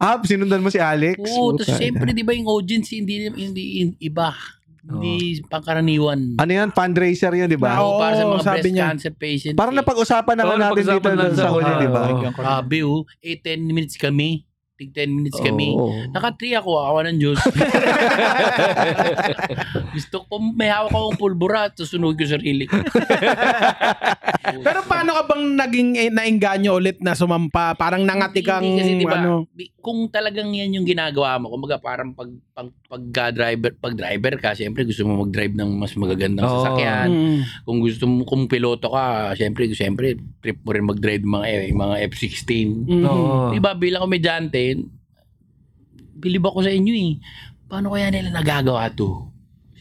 Speaker 3: Ah, sinundan mo si Alex?
Speaker 4: Oo, to
Speaker 3: Puta.
Speaker 4: siyempre, di ba yung audience, hindi, hindi in- iba. Hindi pangkaraniwan.
Speaker 3: Ano yan? Fundraiser yun, di ba?
Speaker 6: Oo,
Speaker 4: para sa mga
Speaker 6: sabi
Speaker 4: breast
Speaker 6: niya.
Speaker 4: cancer patients.
Speaker 3: Parang
Speaker 4: eh.
Speaker 3: napag-usapan
Speaker 1: Oo,
Speaker 3: naman natin dito
Speaker 1: napag-usapan natin
Speaker 3: sa huli,
Speaker 1: huli,
Speaker 3: di
Speaker 5: Ah,
Speaker 3: ba?
Speaker 1: oo.
Speaker 4: Grabe oh. Eh, 10 minutes kami. Tig 10 minutes kami.
Speaker 3: Oo.
Speaker 4: Naka-3 ako, awa ng Diyos. Gusto ko, may hawak akong pulbura, susunod ko sarili ko.
Speaker 6: Pero paano ka bang naging eh, nainganyo ulit na sumampa? Parang nangati kang
Speaker 4: Hindi kasi, di ba,
Speaker 6: ano?
Speaker 4: di- kung talagang yan yung ginagawa mo, kumbaga parang pag, pag, pagka-driver, pag driver ka, siyempre gusto mo mag-drive ng mas magagandang
Speaker 1: Oo.
Speaker 4: sasakyan.
Speaker 6: Mm.
Speaker 4: Kung gusto mo, kung piloto ka, siyempre, siyempre, trip mo rin mag-drive ng mga, eh, mga F-16.
Speaker 6: Mm.
Speaker 1: Oo.
Speaker 4: Di ba bilang komedyante, bilib ako sa inyo eh. Paano kaya nila nagagawa to?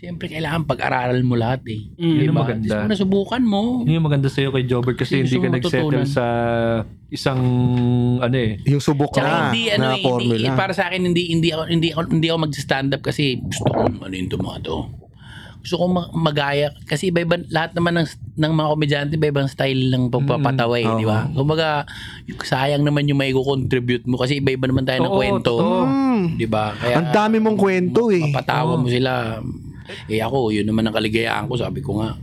Speaker 4: Siyempre, kailangan pag-aralan mo lahat eh.
Speaker 6: Mm.
Speaker 4: Di
Speaker 1: Yun ang
Speaker 4: ba?
Speaker 1: maganda.
Speaker 4: Tapos kung nasubukan mo,
Speaker 1: Yun yung maganda sa'yo kay Jobert kasi
Speaker 4: Kasi
Speaker 1: hindi ka
Speaker 4: gusto mo
Speaker 1: nag-settle
Speaker 4: matutunan.
Speaker 1: sa isang ano eh.
Speaker 3: Yung subok
Speaker 4: Tsaka
Speaker 3: na,
Speaker 4: hindi, ano
Speaker 3: na
Speaker 4: eh, hindi,
Speaker 3: formula.
Speaker 4: para sa akin, hindi, hindi ako, hindi ako, hindi ako mag-stand up kasi gusto ko, ano yung tumato. Gusto ko ma- magaya kasi iba iba lahat naman ng ng mga komedyante iba ibang style ng pagpapatawa eh,
Speaker 3: Mm,
Speaker 4: di ba? Kumbaga yung- sayang naman yung may contribute mo kasi iba iba naman tayo ng
Speaker 1: Oo,
Speaker 4: kwento,
Speaker 1: totoo.
Speaker 3: Mm.
Speaker 4: di ba? Kaya
Speaker 3: Ang dami mong kwento eh.
Speaker 4: mapatawa mo sila. Eh ako, yun naman ang kaligayahan ko. Sabi ko nga,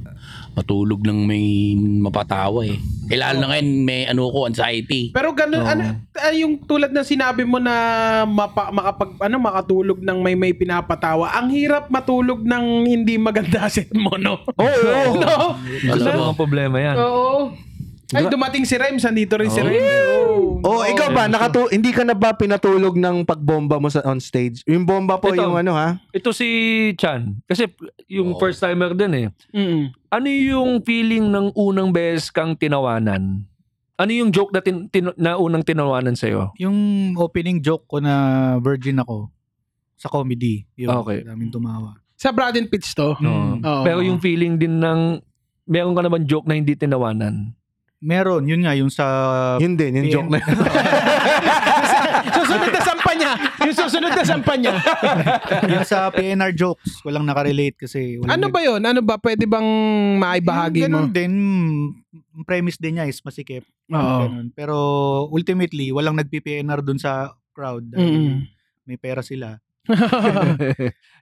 Speaker 4: matulog lang may mapatawa eh. Eh lalo na ngayon may ano ko, anxiety.
Speaker 6: Pero ganun,
Speaker 1: Oo.
Speaker 6: ano, ah, yung tulad ng sinabi mo na mapa, makapag, ano, makatulog ng may may pinapatawa, ang hirap matulog ng hindi maganda set mo, no?
Speaker 3: Oo, oo.
Speaker 6: no?
Speaker 1: Gusto
Speaker 4: Alam mo,
Speaker 1: mga problema yan.
Speaker 6: Oo. Ay, dumating si Rimes, andito rin si
Speaker 1: Oo.
Speaker 6: Rimes.
Speaker 3: Oh, ikaw ba nakatu hindi ka na ba pinatulog ng pagbomba mo sa on stage? Yung bomba po
Speaker 1: Ito.
Speaker 3: yung ano ha?
Speaker 1: Ito si Chan. Kasi yung
Speaker 4: Oo.
Speaker 1: first timer din eh.
Speaker 6: Mm.
Speaker 1: Ano yung feeling ng unang beses kang tinawanan? Ano yung joke na, tin, tin- na unang tinawanan sa'yo?
Speaker 5: Yung opening joke ko na virgin ako sa comedy. Yun,
Speaker 1: Okay.
Speaker 5: Daming tumawa.
Speaker 6: Sa Brad and Pitts to.
Speaker 1: No.
Speaker 5: Mm.
Speaker 6: Oo.
Speaker 1: Pero yung feeling din ng meron ka naman joke na hindi tinawanan.
Speaker 5: Meron, yun nga, yung sa...
Speaker 3: Yun din, yung joke na.
Speaker 6: Susunod na sampa niya.
Speaker 7: Yung susunod na sampanya.
Speaker 5: Yung sa PNR jokes, walang nakarelate kasi... Walang
Speaker 6: Ano ba yun? Ano ba? Pwede bang maibahagi
Speaker 5: Ganun
Speaker 6: mo?
Speaker 5: din, mm, premise din niya is masikip.
Speaker 6: Oo.
Speaker 5: Ganun. Pero ultimately, walang nag-PNR dun sa crowd.
Speaker 6: Mm.
Speaker 5: May pera sila.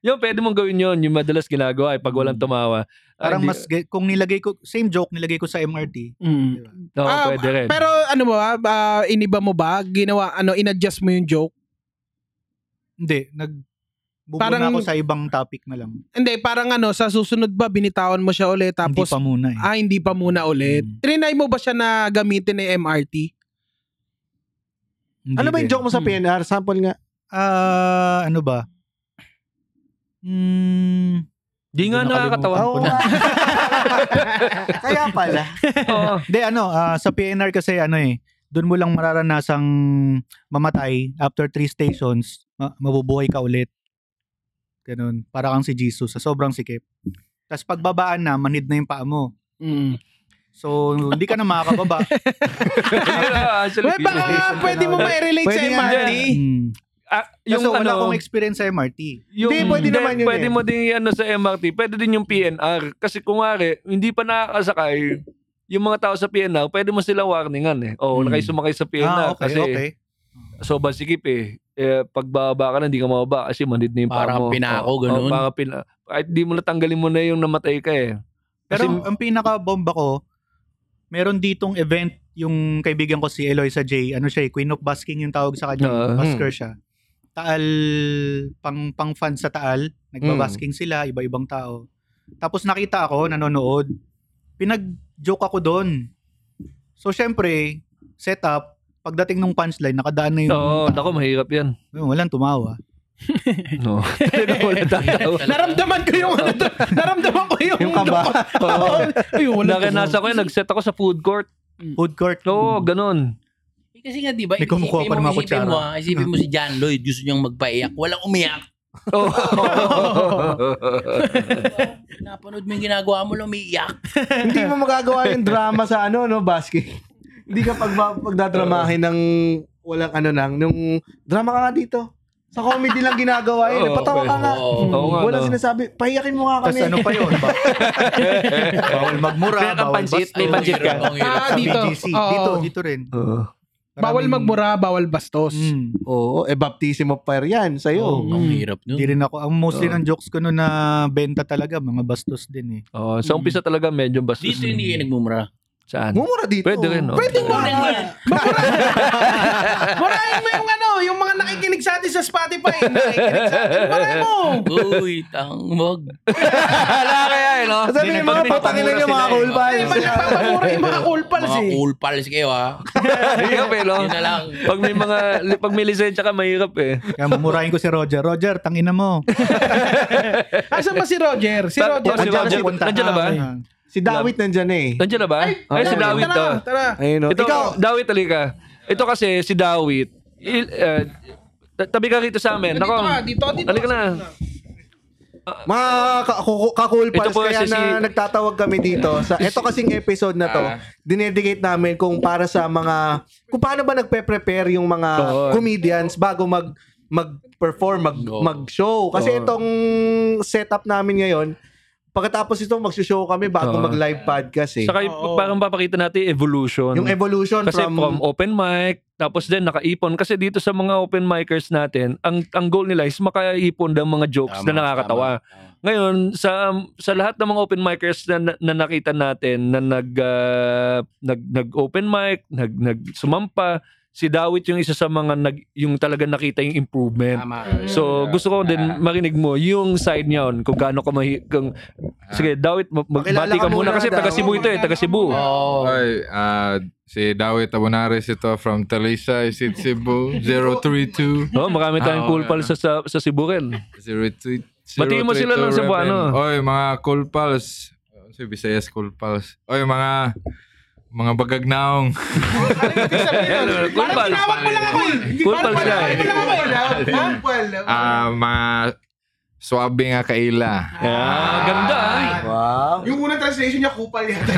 Speaker 1: yung pwede mong gawin yun, yung madalas ginagawa eh, pag walang tumawa. Ah,
Speaker 5: Hmm. Parang
Speaker 1: hindi-
Speaker 5: mas, ge- kung nilagay ko, same joke, nilagay ko sa MRT.
Speaker 6: Mm.
Speaker 5: Diba?
Speaker 1: Oo,
Speaker 6: Ah,
Speaker 1: pwede rin.
Speaker 6: Pero ano ba? ah, iniba mo ba? Ginawa, ano, inadjust mo yung joke?
Speaker 5: Hindi, nag... Parang,
Speaker 6: Parang-
Speaker 5: ako sa ibang topic na lang.
Speaker 6: Hindi, parang ano, sa susunod ba, binitawan mo siya ulit, tapos,
Speaker 5: Hindi pa muna eh.
Speaker 6: ah, hindi pa muna ulit.
Speaker 1: Hmm.
Speaker 5: Mm.
Speaker 6: Trinay mo ba siya na gamitin ng MRT?
Speaker 5: Hindi
Speaker 3: ano ba yung
Speaker 5: din.
Speaker 3: joke mo sa
Speaker 6: Hmm.
Speaker 3: PNR? Sample nga.
Speaker 5: Ah, ano ba? Hmm,
Speaker 1: Di nga
Speaker 5: Hindi ko
Speaker 1: nakakatawa.
Speaker 5: nakalimutan.
Speaker 3: Oo. Kaya pala.
Speaker 1: Oo.
Speaker 5: Hindi, ano, ah, sa PNR kasi ano eh, doon mo lang mararanasang mamatay after three stations, ma- mabubuhay ka ulit. Ganun. Para kang si Jesus sa sobrang sikip. Tapos pagbabaan na, manhid na yung paa mo. So, hindi ka na makakababa.
Speaker 1: Ayun na, actually.
Speaker 6: Well, baka pwede mo ma-relate sa
Speaker 3: Pwede nga
Speaker 6: MRT.
Speaker 5: Hmm.
Speaker 1: Ah,
Speaker 5: Yung
Speaker 1: yung
Speaker 5: so, wala
Speaker 1: ano,
Speaker 5: akong experience sa MRT.
Speaker 1: yung,
Speaker 3: Hindi, pwede naman yun
Speaker 1: Pwede
Speaker 3: eh.
Speaker 1: mo din ano sa MRT. Pwede din yung PNR. Kasi kung wari, hindi pa nakakasakay, yung mga tao sa PNR, pwede mo sila warningan eh. Oh,
Speaker 5: Hmm.
Speaker 1: nakay sumakay sa
Speaker 5: Ah,
Speaker 1: PNR.
Speaker 5: okay,
Speaker 1: kasi
Speaker 5: okay.
Speaker 1: sobrang sikip eh. eh pagbaba ka na, hindi ka mababa kasi manid na yung paa
Speaker 4: Parang
Speaker 1: mo.
Speaker 4: pinako,
Speaker 1: Oo,
Speaker 4: ganun.
Speaker 1: oo, parang pina- Kahit di mo natanggalin mo na yung namatay ka eh.
Speaker 5: Pero
Speaker 1: Kasi-
Speaker 5: ang pinaka-bomba ko, meron ditong event yung kaibigan ko si Eloisa J. Ano siya, eh, Queen of Basking yung tawag sa kanya.
Speaker 1: Oo.
Speaker 5: Basker siya. Taal, pang, pang fan sa Taal. Nagbabasking
Speaker 1: Hmm.
Speaker 5: sila, iba-ibang tao. Tapos nakita ako, nanonood. Pinag-joke ako doon. So, syempre, set up, pagdating nung punchline, nakadaan na yung...
Speaker 1: Oo, nako, mahirap yan.
Speaker 5: Ayun, Walang tumawa.
Speaker 1: No. Talaga wala tatawa.
Speaker 6: Naramdaman ko yung ano to. Naramdaman ko yung,
Speaker 3: Yung kaba.
Speaker 1: Oo.
Speaker 6: Ayun, wala
Speaker 1: Naranasan ko yan, nag-set ako sa food court.
Speaker 5: Food court.
Speaker 1: Oo, ganun.
Speaker 4: Eh, Kasi nga, di ba,
Speaker 5: May kumukuha
Speaker 4: isipin
Speaker 5: pa ng
Speaker 4: mo,
Speaker 5: mga
Speaker 4: isipin mo,
Speaker 5: kutsara.
Speaker 4: ah, isipin mo si John Lloyd, gusto niyang magpaiyak, walang umiyak.
Speaker 1: Oo.
Speaker 4: Napanood mo yung ginagawa mo, lang umiiyak.
Speaker 3: Hindi mo magagawa yung drama sa ano, no, basket. Hindi ka pag, pagdadramahin ng walang ano nang, nung drama ka nga dito. Sa comedy lang ginagawa yun. eh.
Speaker 1: Oo,
Speaker 3: Patawa ka nga.
Speaker 4: Oo.
Speaker 1: Oo nga,
Speaker 3: Walang
Speaker 1: no. Eh,
Speaker 3: sinasabi. Pahiyakin mo nga kami.
Speaker 5: Tapos ano pa yun? Ba- bawal magmura,
Speaker 1: Kaya ka
Speaker 5: bawal
Speaker 1: pansit, may
Speaker 4: Ayun,
Speaker 1: pansit ka.
Speaker 4: hirap, ang hirap.
Speaker 6: Ah,
Speaker 5: Sa
Speaker 6: dito.
Speaker 5: BGC.
Speaker 6: Oo.
Speaker 5: Dito, dito rin.
Speaker 1: Oo.
Speaker 6: Bawal
Speaker 5: Maraming-
Speaker 6: magmura, bawal bastos.
Speaker 5: Mm.
Speaker 3: Oo, eh baptism of fire yan
Speaker 4: Oo,
Speaker 3: sa'yo.
Speaker 4: Ang hirap nun.
Speaker 5: Hindi rin ako. Ang mostly
Speaker 1: Oo.
Speaker 5: ng jokes ko noon na benta talaga, mga bastos din eh.
Speaker 1: Oo, sa umpisa talaga medyo bastos.
Speaker 4: Dito eh. hindi kayo nagmumura.
Speaker 1: Saan?
Speaker 3: Mumura dito.
Speaker 1: Pwede rin, no?
Speaker 6: Pwede mo.
Speaker 4: Pwede nga.
Speaker 6: Murahin mo yung ano, yung mga nakikinig sa atin sa Spotify. Nakikinig sa atin. Murahin mo.
Speaker 4: Uy, tangmog.
Speaker 1: Wala kaya, eh, no?
Speaker 3: Sabi niyo mga putangin na yung mga
Speaker 1: Pinagpapamura
Speaker 3: cool
Speaker 1: sila, eh.
Speaker 6: Hindi
Speaker 3: pals.
Speaker 6: ba nagpapamura yung mga cool pals
Speaker 4: Mga
Speaker 6: eh.
Speaker 4: cool pals kayo, ha?
Speaker 1: eh, no? Hirap eh, no?
Speaker 4: Yun na lang.
Speaker 1: Pag may mga, pag may lisensya ka, mahirap eh.
Speaker 5: Kaya mamurahin ko si Roger. Roger, tangina mo.
Speaker 6: Asan ba si Roger? Si
Speaker 1: Ta-
Speaker 6: Roger.
Speaker 1: ta- si
Speaker 5: Nandiyan
Speaker 1: Roger.
Speaker 5: pupunta.
Speaker 1: Nandiyan na ba?
Speaker 5: Ah, okay.
Speaker 3: Si Dawit nandyan eh.
Speaker 1: Nandiyan na ba? Ay, si
Speaker 6: Tara,
Speaker 1: Dawit
Speaker 6: tara,
Speaker 1: to.
Speaker 6: Tara.
Speaker 3: Ayun, no?
Speaker 1: Ito,
Speaker 3: Ikaw,
Speaker 1: Dawit talika. Ito kasi, si Dawit, il- eh, ta- tabi ka rito sa amin.
Speaker 6: Dito
Speaker 1: Nako,
Speaker 6: ka, dito, dito.
Speaker 1: halika na.
Speaker 3: mga ka- ku- ka-cool
Speaker 1: Ito
Speaker 3: pals
Speaker 1: po
Speaker 3: kaya
Speaker 1: kasi
Speaker 3: na
Speaker 1: si-
Speaker 3: nagtatawag kami dito. Sa, ito kasing episode na to,
Speaker 4: Ah.
Speaker 3: dinedicate namin kung para sa mga, kung paano ba nagpe-prepare yung mga
Speaker 1: Oo.
Speaker 3: comedians bago mag mag-perform, mag,
Speaker 4: Oo.
Speaker 3: mag-show. Kasi
Speaker 1: Oo.
Speaker 3: itong setup namin ngayon, pagkatapos ito, mag-show kami bago
Speaker 1: Oo.
Speaker 3: mag-live podcast eh.
Speaker 1: Saka
Speaker 6: Oo.
Speaker 1: parang papakita natin yung evolution.
Speaker 3: yung evolution
Speaker 1: Kasi
Speaker 3: from,
Speaker 1: from, open mic, tapos din nakaipon. Kasi dito sa mga open micers natin, ang ang goal nila is makaipon ng mga jokes na nakakatawa. Ngayon, sa sa lahat ng mga open micers na, na, na nakita natin na nag ah, nag nag open mic, nag nag sumampa, si Dawit yung isa sa mga nag yung talaga nakita yung improvement.
Speaker 4: Tama.
Speaker 1: So, gusto ko din
Speaker 4: Ah.
Speaker 1: marinig mo yung side niya yun, kung gaano ka mahi... Kung,
Speaker 4: Ah.
Speaker 1: sige, Dawit, mag-
Speaker 3: Pakilala
Speaker 1: magbati
Speaker 3: ka
Speaker 1: ka muna
Speaker 3: muna,
Speaker 1: kasi taga
Speaker 3: Dawit.
Speaker 1: Cebu ito eh, taga Cebu.
Speaker 4: Oo.
Speaker 8: Hi, uh, si Dawit Tabonares ito from Talisa, Isid Cebu, 032.
Speaker 1: Oh, marami tayong
Speaker 8: Ah,
Speaker 1: cool
Speaker 8: okay.
Speaker 1: pals sa, sa, sa Cebu rin.
Speaker 8: 032
Speaker 1: Batiin mo sila ng Cebuano.
Speaker 8: Reven. Oy, mga cool pals. Ano Si Visayas cool pals. Oy, mga mga bagagnaong.
Speaker 1: Cool pals.
Speaker 6: Tawag mo lang ako eh.
Speaker 1: Cool pals ka
Speaker 6: Parang wala-
Speaker 1: eh.
Speaker 6: wala ako eh.
Speaker 8: Ah, mga Swabe nga kaila.
Speaker 1: Ah, ganda. ah.
Speaker 3: Wow.
Speaker 2: Yung unang translation niya, kupal yata.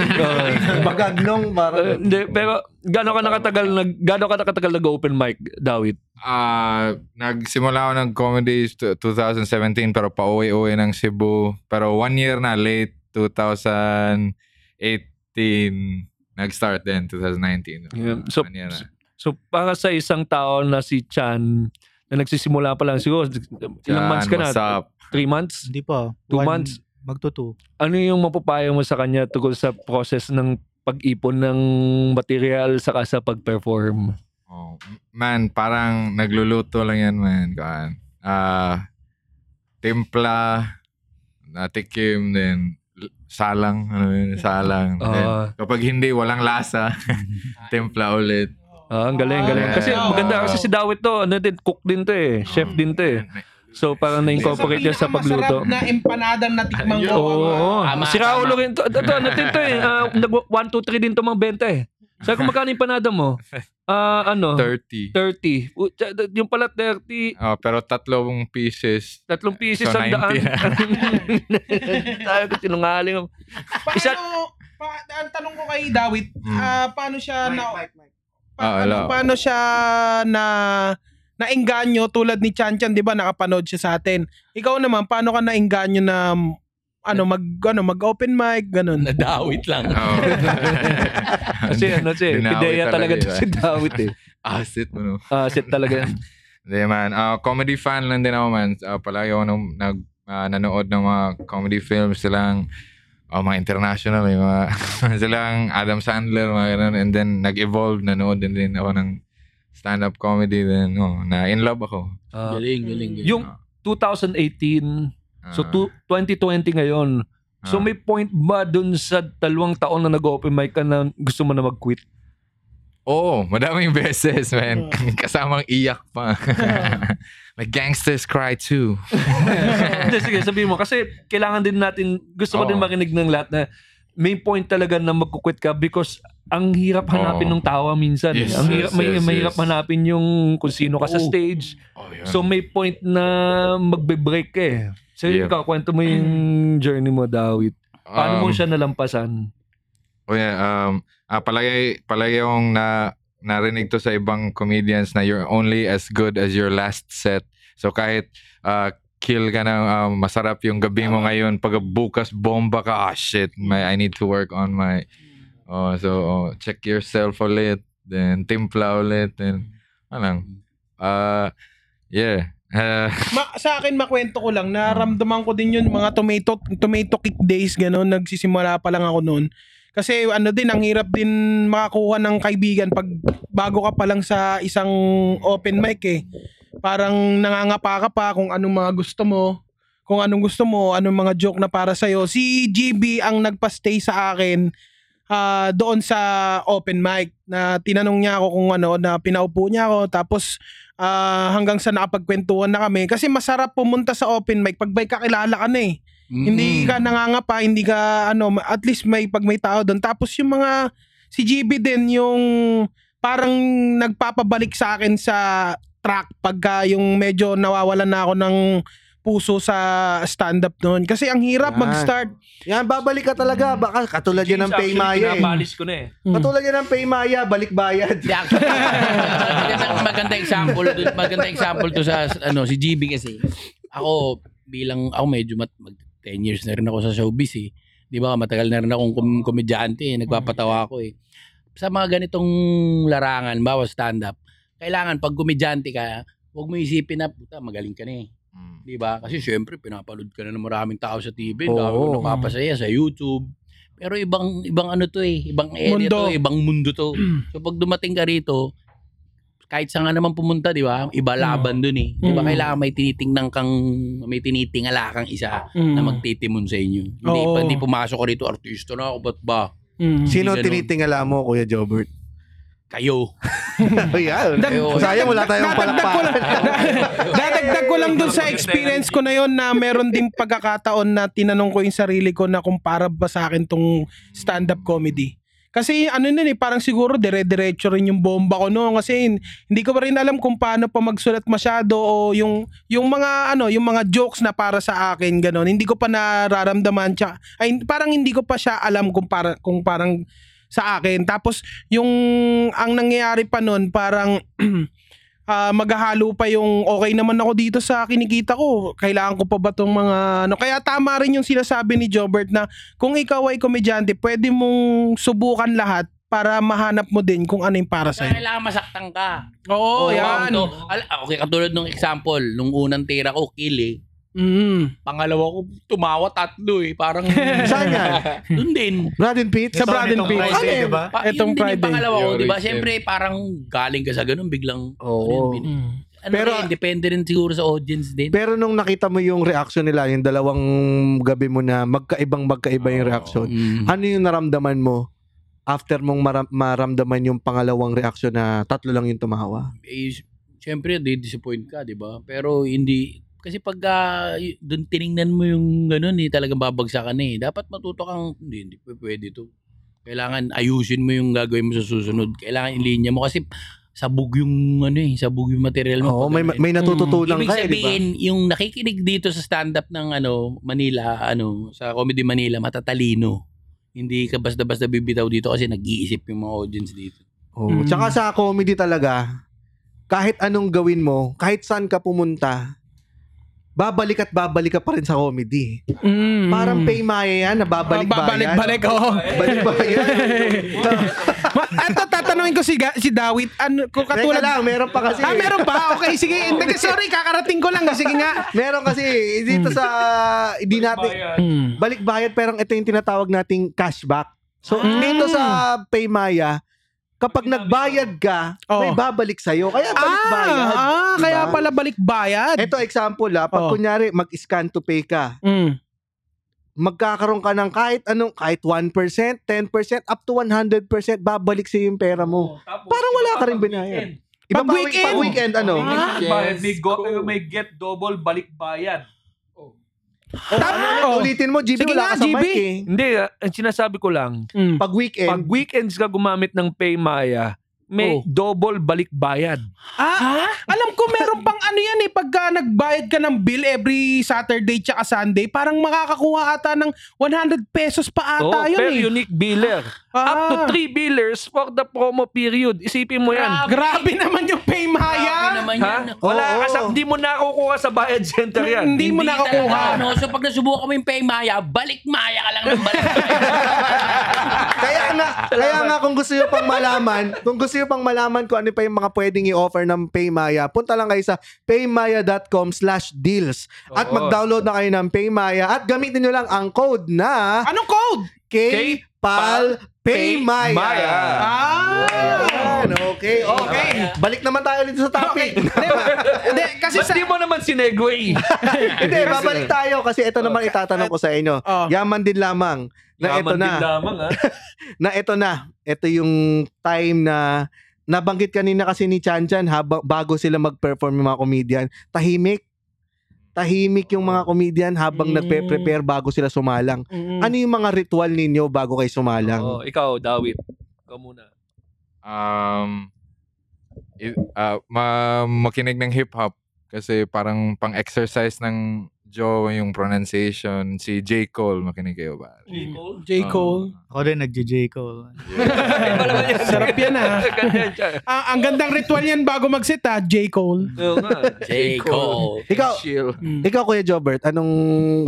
Speaker 3: Bagagnong
Speaker 1: Eh,
Speaker 3: parang.
Speaker 1: hindi, pero gaano ka nakatagal nag gaano ka nakatagal nag-open mic, Dawit?
Speaker 8: Ah, nagsimula ako ng comedy t- 2017 pero pauwi-uwi ng Cebu. Pero one year na late 2018 nag-start din 2019.
Speaker 1: Yeah, so-
Speaker 8: one year na.
Speaker 1: So para sa isang tao na si Chan na nagsisimula pa lang siguro ilang months ka
Speaker 8: Yan,
Speaker 1: na?
Speaker 8: what's up?
Speaker 1: Three months?
Speaker 5: Hindi pa.
Speaker 1: Two
Speaker 5: One-
Speaker 1: months?
Speaker 5: Magto two.
Speaker 1: Ano yung mapapayo mo sa kanya tungkol sa process ng pag-ipon ng material saka sa pag-perform?
Speaker 8: Oh, man, parang nagluluto lang yan, man. Kaan. Ah, timpla, natikim, then l- salang, ano yun, salang. Then,
Speaker 1: Ah,
Speaker 8: kapag hindi, walang lasa. timpla ulit.
Speaker 1: ah, ang galing, galing. Kasi
Speaker 8: Yeah.
Speaker 1: maganda kasi si Dawit to, ano din, cook din to eh. Chef
Speaker 8: Mm.
Speaker 1: din to eh. So parang na-incorporate niya sa pagluto.
Speaker 6: pinakamasarap na empanadang natikman ko.
Speaker 1: Oo.
Speaker 4: Tama,
Speaker 1: si Raulo
Speaker 4: tama.
Speaker 1: rin to. Ito, ano din to eh. Ah, nag 1, 2, 3 din to mga benta eh. Sabi ko, magkano yung panada mo? Ah, ano?
Speaker 8: 30.
Speaker 1: 30. U- tsa- d- Yung pala 30.
Speaker 8: Oh, pero tatlong pieces.
Speaker 1: Tatlong pieces
Speaker 8: Ah, So,
Speaker 1: ang daan.
Speaker 8: 90
Speaker 1: Tayo ko sinungaling. ako.
Speaker 6: Paano,
Speaker 1: Isa-
Speaker 6: pa, ang tanong ko kay Dawit,
Speaker 8: Mm.
Speaker 6: ah, paano siya na...
Speaker 8: Ah,
Speaker 6: paano,
Speaker 8: wala.
Speaker 6: paano siya na naengganyo tulad ni Chanchan, 'di ba? Nakapanood siya sa atin. Ikaw naman, paano ka naengganyo na mm, ano mag ano mag open mic ganun.
Speaker 4: Nadawit lang.
Speaker 8: Oh.
Speaker 1: Kasi ano siya, eh,
Speaker 8: Binawi
Speaker 1: pideya talaga
Speaker 8: talaga,
Speaker 1: to si Dawit eh.
Speaker 8: Asit mo, no?
Speaker 1: Ah, shit talaga.
Speaker 8: Hindi man. Ah, comedy fan lang din ako man. Ah, palagi ako nung, nag, ah, nanood ng mga comedy films silang oh, mga international. Yung mga, silang Adam Sandler, mga ganun. And then nag-evolve. Nanood din din ako ng stand-up comedy. Then, oh, na in love ako.
Speaker 1: Ah,
Speaker 4: Galing, galing, galing.
Speaker 1: yung 2018,
Speaker 8: Ah,
Speaker 1: so tu- 2020 ngayon. So
Speaker 8: ah.
Speaker 1: may point ba dun sa dalawang taon na nag-open mic ka na gusto mo na mag-quit?
Speaker 8: Oo, oh, madaming beses, man. Kasamang iyak pa. Like gangsters cry too.
Speaker 1: Hindi, sige, sabihin mo. Kasi kailangan din natin, gusto ko
Speaker 8: Oo.
Speaker 1: din makinig ng lahat na may point talaga na magkukwit ka because ang hirap hanapin
Speaker 8: Oo.
Speaker 1: ng tawa minsan. eh.
Speaker 8: Yes,
Speaker 1: ang
Speaker 8: yes,
Speaker 1: hirap, may,
Speaker 8: yes,
Speaker 1: mahirap
Speaker 8: yes.
Speaker 1: hanapin yung kung sino ka sa
Speaker 4: Oo.
Speaker 1: stage.
Speaker 8: Oh, yun.
Speaker 1: So may point na magbe-break ka eh. So
Speaker 8: Yep.
Speaker 1: ikaw, kwento mo yung journey mo, Dawit. Paano mo
Speaker 8: Um,
Speaker 1: siya nalampasan?
Speaker 8: Oh yeah, um, ah, palagi, palagi akong na, narinig to sa ibang comedians na you're only as good as your last set. So kahit ah, kill ka na, ah, masarap yung gabi mo ngayon, pag bukas bomba ka, ah shit, my, I need to work on my... Oh, so, oh, check yourself ulit, then timpla ulit, then, ano, ah yeah. Ah,
Speaker 6: Ma- sa akin makwento ko lang, naramdaman ko din yun mga tomato tomato kick days ganun, nagsisimula pa lang ako noon. Kasi ano din, ang hirap din makakuha ng kaibigan pag bago ka pa lang sa isang open mic eh. Parang nangangapa ka pa kung anong mga gusto mo, kung anong gusto mo, anong mga joke na para sa'yo. Si GB ang nagpa-stay sa akin ah, doon sa open mic na tinanong niya ako kung ano, na pinaupo niya ako. Tapos ah, hanggang sa nakapagkwentuhan na kami. Kasi masarap pumunta sa open mic pag may kakilala ka na eh. Hindi ka nangangapa, hindi ka ano, ma- at least may pag may tao doon. Tapos yung mga si GB din yung parang nagpapabalik sa akin sa track pagka yung medyo nawawalan na ako ng puso sa stand-up noon. Kasi ang hirap
Speaker 3: Yan.
Speaker 6: mag-start.
Speaker 3: Yan, babalik ka talaga. Baka katulad yan ng Paymaya eh.
Speaker 1: Pinapalis ko na eh.
Speaker 3: Katulad yan ng Paymaya, balik bayad.
Speaker 4: Hindi, actually, magandang, maganda example to, maganda example to sa ano si GB kasi. Ako bilang ako medyo mat, mag 10 years na rin ako sa showbiz eh. 'Di ba? Matagal na rin akong kum- komedyante, eh. nagpapatawa ako eh. Sa mga ganitong larangan, bawa stand up, kailangan pag komedyante ka, huwag mo isipin na puta magaling ka na eh.
Speaker 8: mm,
Speaker 4: 'Di ba? Kasi syempre pinapalood ka na ng maraming tao sa TV,
Speaker 3: Oo.
Speaker 4: dami mo napapasaya sa YouTube. Pero ibang ibang ano to eh, ibang area
Speaker 6: Mundo.
Speaker 4: to, ibang mundo to. So pag dumating ka rito, kahit saan ka naman pumunta, 'di ba? Iba laban dun eh. 'Di ba?
Speaker 6: Mm.
Speaker 4: Kailangan may tinitingnan kang may tinitingala kang isa na magtitimun sa inyo. Hindi
Speaker 6: Mm. Oo.
Speaker 4: pa hindi pumasok ko rito artista na ako, ba't ba?
Speaker 6: Mm.
Speaker 3: Sino
Speaker 4: Hindi ganun.
Speaker 3: tinitingala mo, Kuya Jobert?
Speaker 4: Kayo.
Speaker 3: Ayan.
Speaker 4: Kayo.
Speaker 3: Sayang, wala tayong
Speaker 6: Dadagdag ko lang.
Speaker 3: palakpakan.
Speaker 6: Dadagdag ko lang dun sa experience ko na yon na meron ding pagkakataon na tinanong ko yung sarili ko na kung para ba sa akin tong stand-up comedy. Kasi ano nun eh, parang siguro dire-diretso rin yung bomba ko noon kasi hin- hindi ko pa rin alam kung paano pa magsulat masyado o yung yung mga ano, yung mga jokes na para sa akin ganun. Hindi ko pa nararamdaman siya. Ay parang hindi ko pa siya alam kung para kung parang sa akin. Tapos yung ang nangyayari pa noon parang ah, maghahalo pa yung okay naman ako dito sa kinikita ko. Kailangan ko pa ba tong mga ano. Kaya tama rin yung sinasabi ni Jobert na kung ikaw ay komedyante, pwede mong subukan lahat para mahanap mo din kung ano yung para
Speaker 4: Basta
Speaker 6: sa'yo.
Speaker 4: kailangan masaktan ka. Oh,
Speaker 6: Oo,
Speaker 4: yan.
Speaker 6: yan.
Speaker 4: okay, katulad nung example, nung unang tira ko, kill eh.
Speaker 6: Mm.
Speaker 4: Pangalawa ko, tumawa tatlo eh. Parang,
Speaker 3: Saan yan?
Speaker 4: Doon din.
Speaker 3: Brad and Pete?
Speaker 6: Sa Brad and
Speaker 5: Itong
Speaker 6: Pete.
Speaker 5: Friday,
Speaker 3: Ano?
Speaker 5: diba?
Speaker 4: Pa,
Speaker 6: Etong
Speaker 4: Etong yun din
Speaker 6: Friday.
Speaker 4: yung pangalawa ko,
Speaker 8: You're
Speaker 4: di ba?
Speaker 8: right,
Speaker 4: Siyempre, parang galing ka sa ganun, biglang,
Speaker 3: Oo.
Speaker 4: Ano yun,
Speaker 6: Mm.
Speaker 4: ano
Speaker 3: Pero-
Speaker 4: Pero, rin, depende rin siguro sa audience din.
Speaker 3: Pero nung nakita mo yung reaction nila, yung dalawang gabi mo na magkaibang magkaiba yung reaction,
Speaker 4: Mm.
Speaker 3: ano yung naramdaman mo after mong maram- maramdaman yung pangalawang reaction na tatlo lang yung tumawa?
Speaker 4: eh, syempre, di-disappoint ka, di ba? Pero hindi, kasi pag ah, y- doon tiningnan mo yung ganun, eh, talagang babagsakan eh. Dapat matuto kang, hindi, hindi pa pwede to. Kailangan ayusin mo yung gagawin mo sa susunod. Kailangan ilinya mo kasi sabog yung ano eh, sabog yung material mo.
Speaker 3: Oo, may,
Speaker 4: Pag-
Speaker 3: may natututunan
Speaker 4: Ibig
Speaker 3: ka eh, di ba?
Speaker 4: sabihin, yung nakikinig dito sa stand-up ng ano, Manila, ano, sa Comedy Manila, matatalino. Hindi ka basta-basta bibitaw dito kasi nag-iisip yung mga audience dito.
Speaker 3: Oo.
Speaker 6: Mm.
Speaker 3: Tsaka sa comedy talaga, kahit anong gawin mo, kahit saan ka pumunta, babalik at babalik ka pa rin sa comedy.
Speaker 6: Mm. Ah,
Speaker 3: Parang pay maya yan, nababalik ba yan?
Speaker 6: Babalik-balik, oo.
Speaker 3: Balik ba yan?
Speaker 6: Ito, tatanungin ko si, Ga- si Dawit, ano, kung
Speaker 3: Teka
Speaker 6: katulad...
Speaker 3: lang, meron pa kasi.
Speaker 6: Ah, meron pa? Okay, sige. Hindi, kasi sorry, kakarating ko lang. Sige nga.
Speaker 3: Meron kasi dito
Speaker 6: Mm.
Speaker 3: sa hindi natin
Speaker 6: Hmm.
Speaker 3: balik bayad pero ito yung tinatawag nating cashback. So
Speaker 6: Ah.
Speaker 3: dito sa Paymaya kapag nagbayad ka, may
Speaker 6: Oh.
Speaker 3: babalik sa Kaya balik
Speaker 6: Ah,
Speaker 3: bayad.
Speaker 6: ah, kaya
Speaker 3: Diba?
Speaker 6: pala balik bayad.
Speaker 3: Ito example ah, pag
Speaker 6: Oh.
Speaker 3: kunyari mag-scan to pay ka,
Speaker 6: Mm.
Speaker 3: magkakaroon ka ng kahit anong kahit 1%, 10%, up to 100% babalik sa yung pera mo. Parang wala ka rin binayad.
Speaker 6: Pag
Speaker 3: Ibabawi-
Speaker 6: weekend.
Speaker 3: pag weekend ano?
Speaker 6: Ah,
Speaker 1: may, go, may get double balik bayad.
Speaker 3: Ano,
Speaker 6: Tama.
Speaker 3: Ulitin mo, GB,
Speaker 6: Sige
Speaker 3: wala
Speaker 6: nga,
Speaker 3: ka sa
Speaker 6: GB.
Speaker 3: mic eh.
Speaker 1: Hindi, ah, ang sinasabi ko lang,
Speaker 6: Mm.
Speaker 3: Pag weekend,
Speaker 1: pag weekends ka gumamit ng Paymaya, may
Speaker 6: Oh.
Speaker 1: double balik bayad.
Speaker 6: Ah, alam ko meron pang ano yan eh, pagka nagbayad ka ng bill every Saturday tsaka Sunday, parang makakakuha ata ng 100 pesos pa
Speaker 1: Oo,
Speaker 6: ata yun
Speaker 1: per
Speaker 6: eh.
Speaker 1: unique biller.
Speaker 6: Ah,
Speaker 1: Up to 3 billers for the promo period. Isipin mo yan.
Speaker 6: Grabe naman yung pay
Speaker 4: Grabe
Speaker 6: maya.
Speaker 4: naman
Speaker 1: Ha?
Speaker 4: yun.
Speaker 1: Wala
Speaker 3: Oo.
Speaker 1: ka sa, hindi mo nakukuha sa bayad center yan.
Speaker 6: Hindi mo
Speaker 4: talaga,
Speaker 6: nakakuha.
Speaker 4: Ano, so pag nasubukan mo yung pay maya, balik maya ka lang ng balik maya.
Speaker 3: kaya nga, kaya nga kung gusto nyo pang malaman, kung gusto nyo pang malaman kung ano pa yung mga pwedeng i-offer ng Paymaya, punta lang kayo sa paymaya.com slash deals at
Speaker 1: Oo.
Speaker 3: mag-download na kayo ng Paymaya at gamitin nyo lang ang code na
Speaker 6: Anong code?
Speaker 3: KPALPAYMAYA.
Speaker 6: Ah!
Speaker 3: Ayan, okay, okay. Balik naman tayo ulit sa topic.
Speaker 6: Hindi, kasi
Speaker 1: Ba't
Speaker 6: sa...
Speaker 1: di mo naman sinegue?
Speaker 3: Hindi, babalik tayo kasi ito naman itatanong ko sa inyo.
Speaker 6: Oh.
Speaker 3: Yaman din lamang na ito
Speaker 1: Yaman
Speaker 3: na.
Speaker 1: din lamang, ah. ha?
Speaker 3: na ito na, ito yung time na nabanggit kanina kasi ni Chan Chan habang bago sila mag-perform yung mga comedian, tahimik. Tahimik yung mga comedian habang
Speaker 6: Mm.
Speaker 3: nagpe-prepare bago sila sumalang.
Speaker 6: Mm. Oh.
Speaker 3: Ano yung mga ritual ninyo bago kayo sumalang?
Speaker 1: Oo, ikaw, Dawit. Ikaw muna.
Speaker 8: Um, i- ah, ma- makinig ng hip-hop kasi parang pang-exercise ng jaw yung pronunciation. Si J. Cole, makinig kayo ba? Um,
Speaker 6: J. Cole.
Speaker 5: Ako
Speaker 6: Ah.
Speaker 5: din, nag-JJ ko.
Speaker 6: Sarap yan ah.
Speaker 1: Ganyan siya.
Speaker 6: Ang, Ah, ang gandang ritual yan bago mag-sit ah, J. Cole.
Speaker 1: Oo nga.
Speaker 4: J-Cole.
Speaker 3: Ikaw,
Speaker 1: Chill.
Speaker 6: Mm.
Speaker 3: ikaw Kuya Jobert, anong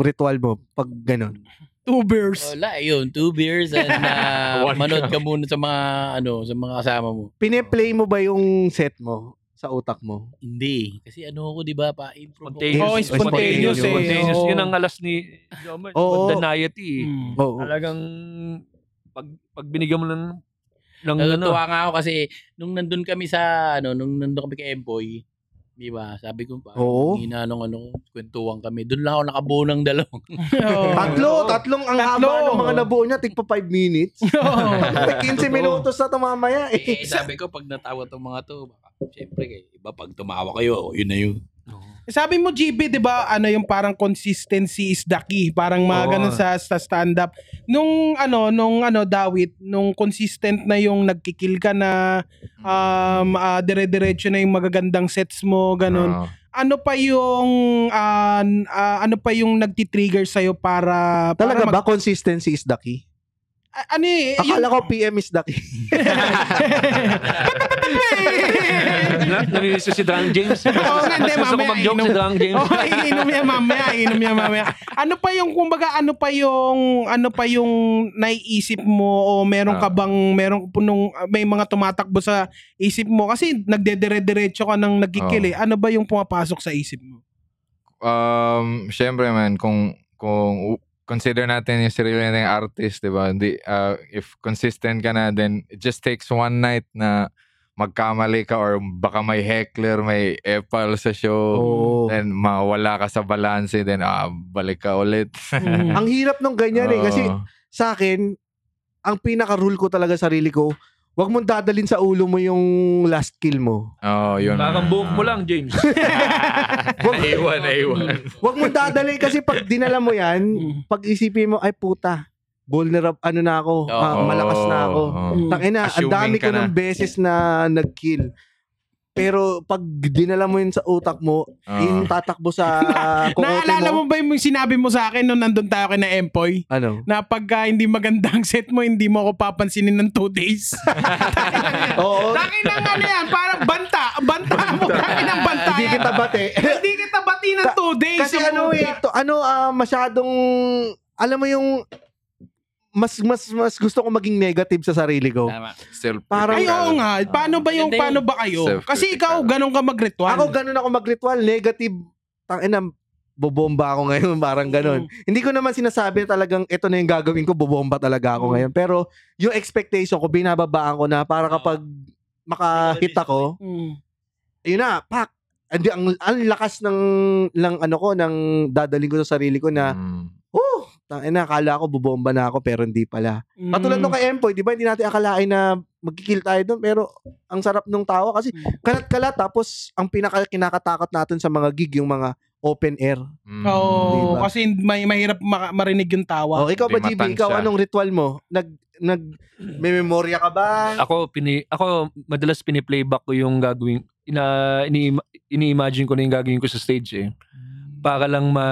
Speaker 3: ritual mo pag ganun?
Speaker 6: Two beers.
Speaker 4: Wala, yun. Two beers and uh, manood ka muna sa mga, ano, sa mga kasama mo.
Speaker 3: Pine-play mo ba yung set mo sa utak mo?
Speaker 4: Hindi. Kasi ano ako, di ba, pa improv
Speaker 1: Spontaneous.
Speaker 6: Oh, spontaneous, eh.
Speaker 1: Spontaneous.
Speaker 6: Oo.
Speaker 1: Yun ang alas ni Jomer.
Speaker 3: Oo.
Speaker 1: Spontaneity.
Speaker 6: Mm.
Speaker 3: Oo.
Speaker 1: Talagang pag, pag binigyan mo ng ng ano.
Speaker 4: Natutuwa nga ako kasi nung nandun kami sa, ano, nung nandun kami kay Emboy, di ba, sabi ko pa,
Speaker 3: Oo.
Speaker 4: hinanong ano, kwentuhan kami. Doon lang ako nakabuo ng dalawang.
Speaker 6: Oo.
Speaker 3: Tatlo, tatlong ang
Speaker 6: Tatlo.
Speaker 3: haba ng mga nabuo niya, tigpa 5 minutes.
Speaker 6: Oo.
Speaker 3: 15 minutos na tumamaya eh.
Speaker 4: eh, sabi ko, pag natawa tong mga to, baka, syempre, iba pag tumawa kayo, yun na yun.
Speaker 1: Oo.
Speaker 6: Sabi mo, GB, di ba, ano yung parang consistency is the key. Parang mga
Speaker 8: Oo.
Speaker 6: ganun sa, sa stand-up. Nung, ano, nung, ano, Dawit, nung consistent na yung nagkikil ka na, um, ah, dire-diretso na yung magagandang sets mo, ganun.
Speaker 3: Ah.
Speaker 8: Oo.
Speaker 6: Ano pa yung, ah, n- ah, ano pa yung nagtitrigger sa'yo para, para
Speaker 3: Talaga ba
Speaker 6: mag-
Speaker 3: consistency is the key?
Speaker 6: Ah, ano eh, yun-
Speaker 3: Akala ko PM is the key.
Speaker 1: Na- Namimiss ko si Drang James.
Speaker 6: Oo nga, hindi,
Speaker 1: Gusto ko
Speaker 6: mamaya
Speaker 1: mag-joke si
Speaker 6: inom.
Speaker 1: Drang James.
Speaker 6: Oh, iinom yan mamaya, iinom yan mamaya. Ano pa yung kumbaga ano pa yung ano pa yung naiisip mo o meron ka
Speaker 8: Ah.
Speaker 6: bang meron punong may mga tumatakbo sa isip mo kasi nagdedire-diretso ka nang nagkikil
Speaker 8: Oh.
Speaker 6: eh. Ano ba yung pumapasok sa isip mo?
Speaker 8: um, syempre man, kung, kung u- consider natin yung sarili nating artist, di ba? Hindi, uh, if consistent ka na, then it just takes one night na magkamali ka or baka may heckler, may epal sa show,
Speaker 3: Oo.
Speaker 8: then mawala ka sa balance, then ah, balik ka ulit.
Speaker 6: Mm.
Speaker 3: Ang hirap nung ganyan eh. Kasi
Speaker 8: Oo.
Speaker 3: sa akin, ang pinaka-rule ko talaga sarili ko, wag mong dadalin sa ulo mo yung last kill mo.
Speaker 8: Oo, yun.
Speaker 1: Parang buhok
Speaker 8: ah.
Speaker 1: mo lang, James.
Speaker 8: Naiwan, naiwan.
Speaker 3: Wag mong dadalin kasi pag dinala mo yan,
Speaker 6: Mm.
Speaker 3: pag isipin mo, ay puta, vulnerable, ano na ako, ah,
Speaker 8: Oo.
Speaker 3: malakas na ako.
Speaker 8: Oo.
Speaker 6: Mm.
Speaker 3: Tangina, ang
Speaker 8: Assuming
Speaker 3: dami
Speaker 8: ka
Speaker 3: ko
Speaker 8: na.
Speaker 3: ng beses na nag-kill. Pero pag dinala mo yun sa utak mo,
Speaker 8: Oo. Ah,
Speaker 3: yun yung tatakbo sa kukote
Speaker 6: Naalala
Speaker 3: mo.
Speaker 6: mo ba yung sinabi mo sa akin nung nandun tayo kay na Empoy?
Speaker 3: Ano?
Speaker 6: Na pagka hindi maganda ang set mo, hindi mo ako papansinin ng two days.
Speaker 3: Oo.
Speaker 6: Takin ng ano yan, parang banta. Banta mo, takin ng banta
Speaker 3: Hindi
Speaker 6: yan.
Speaker 3: kita bate.
Speaker 6: Hindi kita bati ng
Speaker 3: Ka-
Speaker 6: two days.
Speaker 3: Kasi ano eh, to, ano ah, masyadong, alam mo yung, mas mas mas gusto ko maging negative sa sarili ko.
Speaker 8: Self-
Speaker 3: Parang- ano.
Speaker 6: Ay, oo nga. Paano ba yung,
Speaker 4: Hindi.
Speaker 6: paano ba kayo?
Speaker 8: Self-critical.
Speaker 6: Kasi ikaw, ganun ka mag-ritual.
Speaker 3: Ako ganun ako mag-ritual, negative. Tangina, bobomba ako ngayon, parang
Speaker 6: Mm.
Speaker 3: ganun. Hindi ko naman sinasabi na talagang ito na yung gagawin ko, bobomba talaga ako
Speaker 6: Mm.
Speaker 3: ngayon. Pero yung expectation ko, binababaan ko na para kapag makahit ako,
Speaker 6: Mm.
Speaker 3: ayun na, pak. Andi ang, ang lakas ng lang ano ko ng dadaling ko sa sarili ko na
Speaker 8: Mm.
Speaker 3: oh, tangina akala ko bobomba na ako pero hindi pala.
Speaker 6: Mm.
Speaker 3: Katulad nung kay Empoy, di ba hindi natin akalain na magkikil tayo doon pero ang sarap nung tawa kasi
Speaker 6: Mm.
Speaker 3: kalat-kalat tapos ang pinaka kinakatakot natin sa mga gig yung mga open air.
Speaker 8: Mm.
Speaker 6: Oo,
Speaker 3: Diba?
Speaker 6: kasi may mahirap maka- marinig yung tawa.
Speaker 3: Oh, ikaw ba GB,
Speaker 8: Di matansya.
Speaker 3: ikaw anong ritual mo? Nag nag may memorya ka ba?
Speaker 1: ako pini ako madalas pini-playback ko yung gagawin ina ini, ini-imagine ko na yung gagawin ko sa stage eh. Para lang ma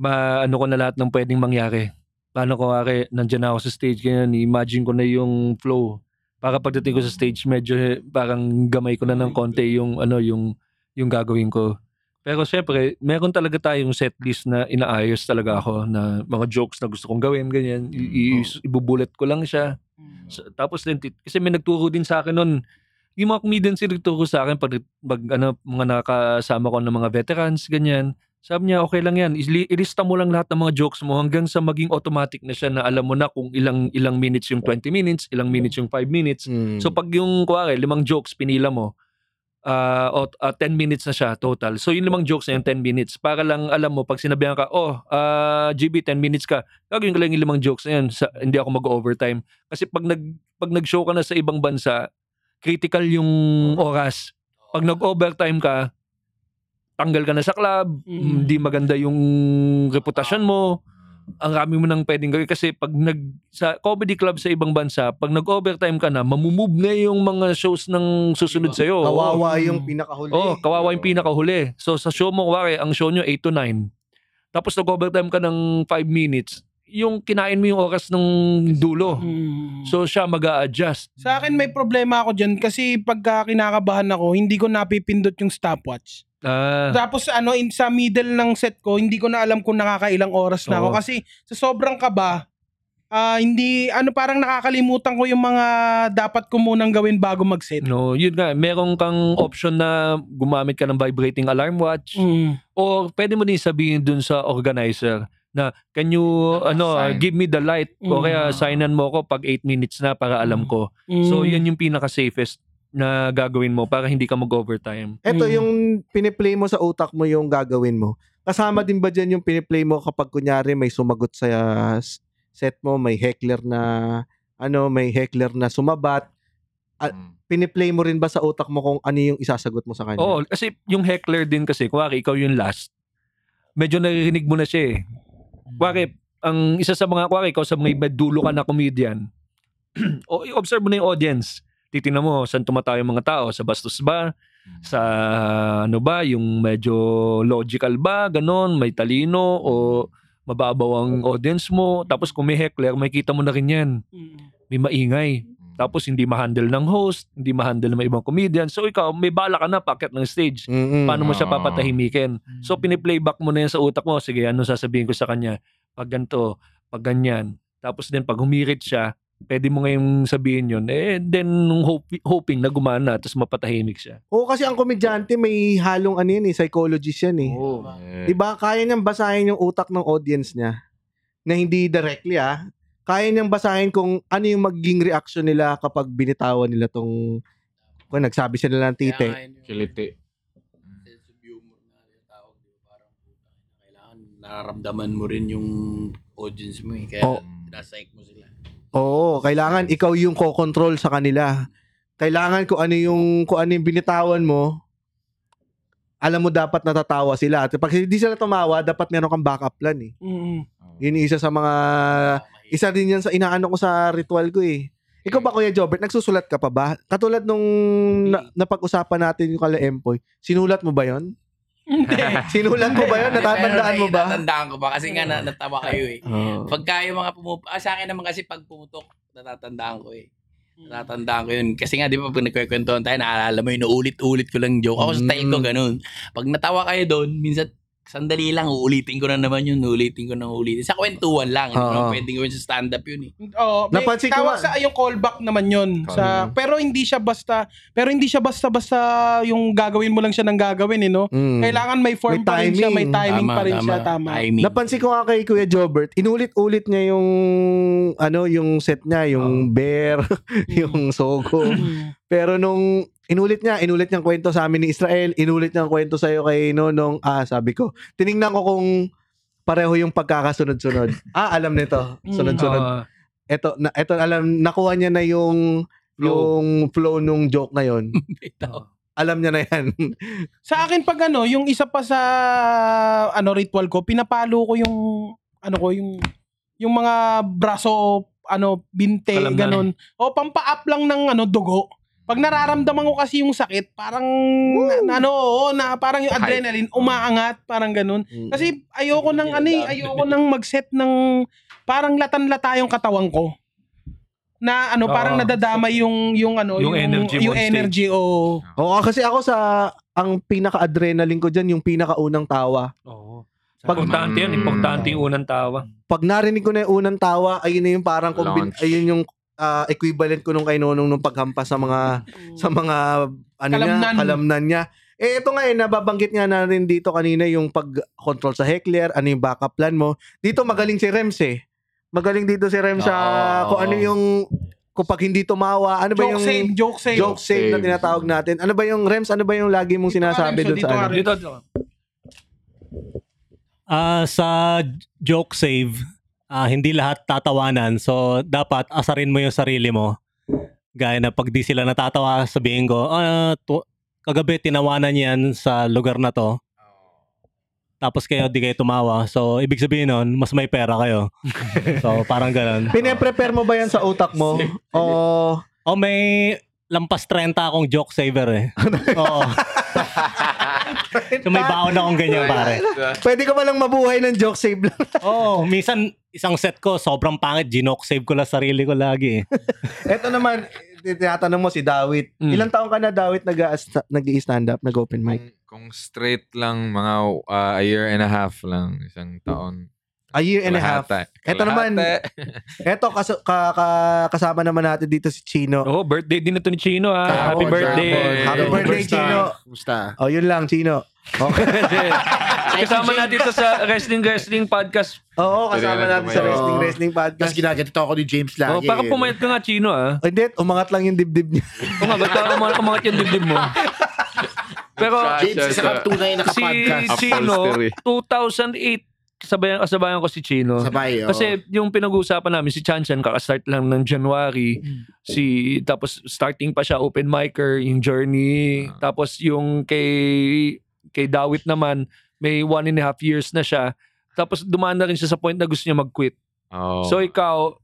Speaker 1: ma ano ko na lahat ng pwedeng mangyari. Paano ko ari nandiyan ako sa stage ganyan, imagine ko na yung flow. Para pagdating ko sa stage medyo eh, parang gamay ko na ng konti yung ano yung yung gagawin ko. Pero syempre, meron talaga tayong set list na inaayos talaga ako na mga jokes na gusto kong gawin, ganyan. I- i- ibubulet ko lang siya. So, tapos din, tit- kasi may nagturo din sa akin noon, yung mga comedians yung nagturo sa akin pag, pag ano, mga nakakasama ko ng mga veterans, ganyan. Sabi niya, okay lang yan. Isli- Ilista mo lang lahat ng mga jokes mo hanggang sa maging automatic na siya na alam mo na kung ilang ilang minutes yung 20 minutes, ilang minutes yung 5 minutes. So pag yung, kuwari, limang jokes pinila mo, ah, o, ah, 10 minutes na siya total. So yung limang jokes na yung 10 minutes. Para lang alam mo, pag sinabihan ka, oh, ah, GB, 10 minutes ka, gagawin ko lang yung limang jokes na yun. Sa, hindi ako mag-overtime. Kasi pag, nag, pag nag-show ka na sa ibang bansa, critical yung oras. Pag nag-overtime ka, tanggal ka na sa club,
Speaker 6: Mm.
Speaker 1: hindi maganda yung reputasyon mo, ang rami mo nang pwedeng gawin kasi pag nag sa comedy club sa ibang bansa, pag nag-overtime ka na, mamumove na yung mga shows ng susunod sa
Speaker 6: Oh.
Speaker 1: iyo.
Speaker 3: Diba? kawawa yung Diba? pinakahuli.
Speaker 1: Oh, kawawa yung pinakahuli. So sa show mo, kuwari, ang show nyo 8 to 9. Tapos nag-overtime ka ng 5 minutes, yung kinain mo yung oras ng dulo.
Speaker 6: Mm.
Speaker 1: So siya mag adjust
Speaker 6: sa akin may problema ako dyan kasi pagka kinakabahan ako, hindi ko napipindot yung stopwatch.
Speaker 1: Ah,
Speaker 6: Tapos ano, in sa middle ng set ko, hindi ko na alam kung nakakailang oras na ako.
Speaker 1: Oo.
Speaker 6: Kasi sa sobrang kaba, ah, hindi, ano parang nakakalimutan ko yung mga dapat ko munang gawin bago mag-set.
Speaker 1: no, yun nga, meron kang option na gumamit ka ng vibrating alarm watch.
Speaker 6: Mm.
Speaker 1: Or pwede mo din sabihin dun sa organizer na can you ano
Speaker 8: Sign.
Speaker 1: give me the light o
Speaker 6: Ah, Mm.
Speaker 1: kaya signan mo ako pag 8 minutes na para alam ko.
Speaker 6: Mm.
Speaker 1: So yun yung pinaka safest na gagawin mo para hindi ka mag-overtime.
Speaker 3: Ito
Speaker 6: Mm.
Speaker 3: yung piniplay mo sa utak mo yung gagawin mo. Kasama din ba dyan yung piniplay mo kapag kunyari may sumagot sa uh, s- set mo, may heckler na ano, may heckler na sumabat. Ah, piniplay mo rin ba sa utak mo kung ano yung isasagot mo sa kanya?
Speaker 1: Oo, kasi yung heckler din kasi, kuwari, ikaw yung last, medyo naririnig mo na siya eh.
Speaker 6: Mm.
Speaker 1: Kuwari, ang isa sa mga, kuwari, ikaw sa mga iba dulo ka na comedian, o observe mo na yung audience. Titingnan mo, saan tumatayo yung mga tao? Sa bastos ba? Sa ano ba? Yung medyo logical ba? Ganon, may talino o mababaw ang audience mo. Tapos kung may heckler, makita mo na rin yan. May maingay. Tapos hindi ma-handle ng host, hindi ma-handle ng ibang comedian. So ikaw, may bala ka na packet ng stage.
Speaker 3: Mm-mm.
Speaker 1: Paano mo siya
Speaker 8: Oo.
Speaker 1: papatahimikin? So piniplayback mo na yan sa utak mo. Sige, ano sasabihin ko sa kanya? Pag ganito, pag ganyan. Tapos din pag humirit siya, pwede mo ngayong sabihin yun. Eh, then nung hope- hoping na gumana, tapos mapatahimik siya.
Speaker 3: Oo, kasi ang komedyante may halong ano yan eh, psychologist yan eh.
Speaker 1: Oo.
Speaker 8: Mm.
Speaker 3: Diba, kaya niyang basahin yung utak ng audience niya na hindi directly ah. Kaya niyang basahin kung ano yung magiging reaction nila kapag binitawan nila tong kung nagsabi sila ng
Speaker 4: Kaya
Speaker 3: tite.
Speaker 4: nga yun yung
Speaker 8: Kiliti.
Speaker 4: sense of humor na tawag, di ba? Parang kailangan nararamdaman mo rin yung audience mo eh. Kaya
Speaker 3: Oo.
Speaker 4: sinasaik mo sila.
Speaker 3: Oo, kailangan ikaw yung ko-control sa kanila. Kailangan kung ano yung kung ano yung binitawan mo, alam mo dapat natatawa sila. At pag hindi sila tumawa, dapat meron kang backup plan eh.
Speaker 6: Mm-mm.
Speaker 3: Yun yung isa sa mga isa din yan sa inaano ko sa ritual ko eh. Ikaw ba Kuya Jobert, nagsusulat ka pa ba? Katulad nung na, napag-usapan natin yung kala Empoy, sinulat mo ba 'yon?
Speaker 6: Hindi.
Speaker 3: Sinulat mo ba 'yon? Natatandaan mo ba? Oh.
Speaker 4: Natatandaan ko ba? Kasi nga na, natawa kayo eh.
Speaker 3: Oo.
Speaker 4: Pagka yung mga pumup... Ah, sa akin naman kasi pag pumutok, natatandaan ko eh. Natatandaan ko yun. Kasi nga, di ba, pag nagkwekwentuhan tayo, naalala mo yun, ulit-ulit ko lang joke. Ako, style ko
Speaker 3: Mm.
Speaker 4: ganun. Pag natawa kayo doon, minsan, sandali lang, uulitin ko na naman yun, uulitin ko na uulitin. Sa kwentuhan lang, hindi
Speaker 3: Oo.
Speaker 4: ko naman pwedeng gawin sa stand-up yun eh.
Speaker 6: Oo, may
Speaker 3: Napansin ko
Speaker 6: tawag
Speaker 3: nga.
Speaker 6: sa ah, yung callback naman yon sa pero hindi siya basta pero hindi siya basta-basta yung gagawin mo lang siya ng gagawin eh no.
Speaker 3: Mm.
Speaker 6: Kailangan may form
Speaker 3: May
Speaker 6: pa rin siya, may
Speaker 3: timing.
Speaker 6: timing pa rin siya tama.
Speaker 4: Timing.
Speaker 3: Napansin ko nga kay Kuya Jobert, inulit-ulit niya yung ano, yung set niya, yung
Speaker 6: Oh.
Speaker 3: bear, yung sogo.
Speaker 6: Mm.
Speaker 3: Pero nung inulit niya, inulit niyang kwento sa amin ni Israel, inulit niyang kwento sa iyo kay Nonong, ah, sabi ko, tiningnan ko kung pareho yung pagkakasunod-sunod. ah, alam nito. Sunod-sunod.
Speaker 1: Ah,
Speaker 3: Eto, na, eto alam nakuha niya na yung yung flow nung joke na yon. alam niya na yan.
Speaker 1: Hmm.
Speaker 6: Sa akin pag ano, yung isa pa sa ano ritual ko, pinapalo ko yung ano ko yung yung mga braso ano binte
Speaker 1: Alam na.
Speaker 6: ganun. O pampa-up lang ng ano dugo. Pag nararamdaman ko kasi yung sakit, parang na- na, ano, oo, na parang yung
Speaker 8: Hype.
Speaker 6: adrenaline umaangat, parang ganun. Kasi ayoko nang ano, eh, ayoko nang mag-set ng parang latan-lata yung katawan ko. Na ano, parang
Speaker 1: Oo.
Speaker 6: nadadamay yung yung ano,
Speaker 1: Yung energy mo
Speaker 6: yung
Speaker 1: on stage.
Speaker 6: energy oo.
Speaker 3: Oo, kasi ako sa ang pinaka-adrenaline ko diyan yung pinakaunang tawa.
Speaker 1: Oo.
Speaker 3: Pag-
Speaker 1: Importante yan. Importante yung unang tawa.
Speaker 3: pag narinig ko na yung unang tawa, ayun na yung parang combin,
Speaker 8: Launch.
Speaker 3: ayun yung ah, equivalent ko nung kay Nonong nung paghampas sa mga sa mga ano
Speaker 6: Mm. Kalamnan.
Speaker 3: niya, kalamnan niya. Eh ito nga eh, nababanggit nga na rin dito kanina yung pag-control sa heckler, ano yung backup plan mo. Dito magaling si Rems eh. Magaling dito si Rems sa
Speaker 4: Oo.
Speaker 3: kung ano yung kapag hindi tumawa, ano ba
Speaker 6: joke
Speaker 3: yung
Speaker 6: save, joke save.
Speaker 3: joke save na
Speaker 8: Save.
Speaker 3: tinatawag natin? Ano ba yung Rems? Ano ba yung lagi mong
Speaker 6: Dito ka,
Speaker 3: sinasabi
Speaker 6: Rems, oh,
Speaker 3: doon
Speaker 6: dito
Speaker 3: sa
Speaker 6: ka,
Speaker 3: ano?
Speaker 6: Rems.
Speaker 1: Dito, dito.
Speaker 7: Ah, sa joke save, ah, hindi lahat tatawanan. So, dapat asarin mo yung sarili mo. Gaya na pag di sila natatawa, sabihin ko, ah, tu- kagabi tinawanan yan sa lugar na to. Tapos kayo, di kayo tumawa. So, ibig sabihin nun, mas may pera kayo. so, parang ganun.
Speaker 3: Pine-prepare mo ba yan sa utak mo? O
Speaker 7: O Oh, may lampas 30 akong joke saver eh. Oo. so, may baon akong ganyan pare.
Speaker 3: pwede ka malang mabuhay ng joke save lang.
Speaker 7: Oo, oh, minsan isang set ko, sobrang pangit, ginoke save ko lang sarili ko lagi. eh.
Speaker 3: Eto naman, eh, tinatanong mo si Dawit.
Speaker 1: Mm.
Speaker 3: Ilang taon ka na Dawit nag-i-stand up, nag-open mic?
Speaker 8: Kung, kung straight lang, mga uh, a year and a half lang. Isang taon.
Speaker 3: A year and a half.
Speaker 8: Kalahata.
Speaker 3: Eto naman.
Speaker 8: Kalahata.
Speaker 3: Eto kas- ka- ka- kasama naman natin dito si Chino.
Speaker 1: Oh, birthday din na to ni Chino ha. Happy
Speaker 8: Kahapon,
Speaker 1: birthday.
Speaker 8: kahapon.
Speaker 3: Happy
Speaker 8: Hey,
Speaker 3: birthday
Speaker 8: kumusta?
Speaker 3: Chino. Oh, yun lang Chino. Okay.
Speaker 1: Kasama natin ito sa Wrestling Wrestling Podcast.
Speaker 3: Oo, kasama
Speaker 8: Pwede ka
Speaker 3: natin sa
Speaker 8: lang
Speaker 3: wrestling
Speaker 2: tumayo.
Speaker 3: wrestling
Speaker 2: Tapos
Speaker 3: podcast.
Speaker 2: ginagatito ako ni James lagi.
Speaker 1: Oh,
Speaker 9: eh.
Speaker 1: parang pumayat ka nga Chino ah.
Speaker 3: Oh, Hindi, umangat lang yung dibdib niya.
Speaker 1: Oo nga, ba't parang umangat- umangat yung dibdib mo? Pero
Speaker 8: Try
Speaker 2: James,
Speaker 8: siya
Speaker 3: Oh,
Speaker 2: isa
Speaker 8: sa
Speaker 2: ka tunay na
Speaker 1: si
Speaker 2: kapodcast.
Speaker 3: ano?
Speaker 8: Upholstery.
Speaker 1: Chino, 2008 kasabayan, kasabayan ko si Chino.
Speaker 9: Sabay, oo.
Speaker 1: Kasi yung pinag-uusapan namin si Chanchan kaka-start lang ng January.
Speaker 9: Mm-hmm.
Speaker 1: Si tapos starting pa siya open micer yung journey.
Speaker 9: Ah.
Speaker 1: Tapos yung kay kay Dawit naman may one and a half years na siya. Tapos dumaan na rin siya sa point na gusto niya mag-quit.
Speaker 8: Oh.
Speaker 1: So ikaw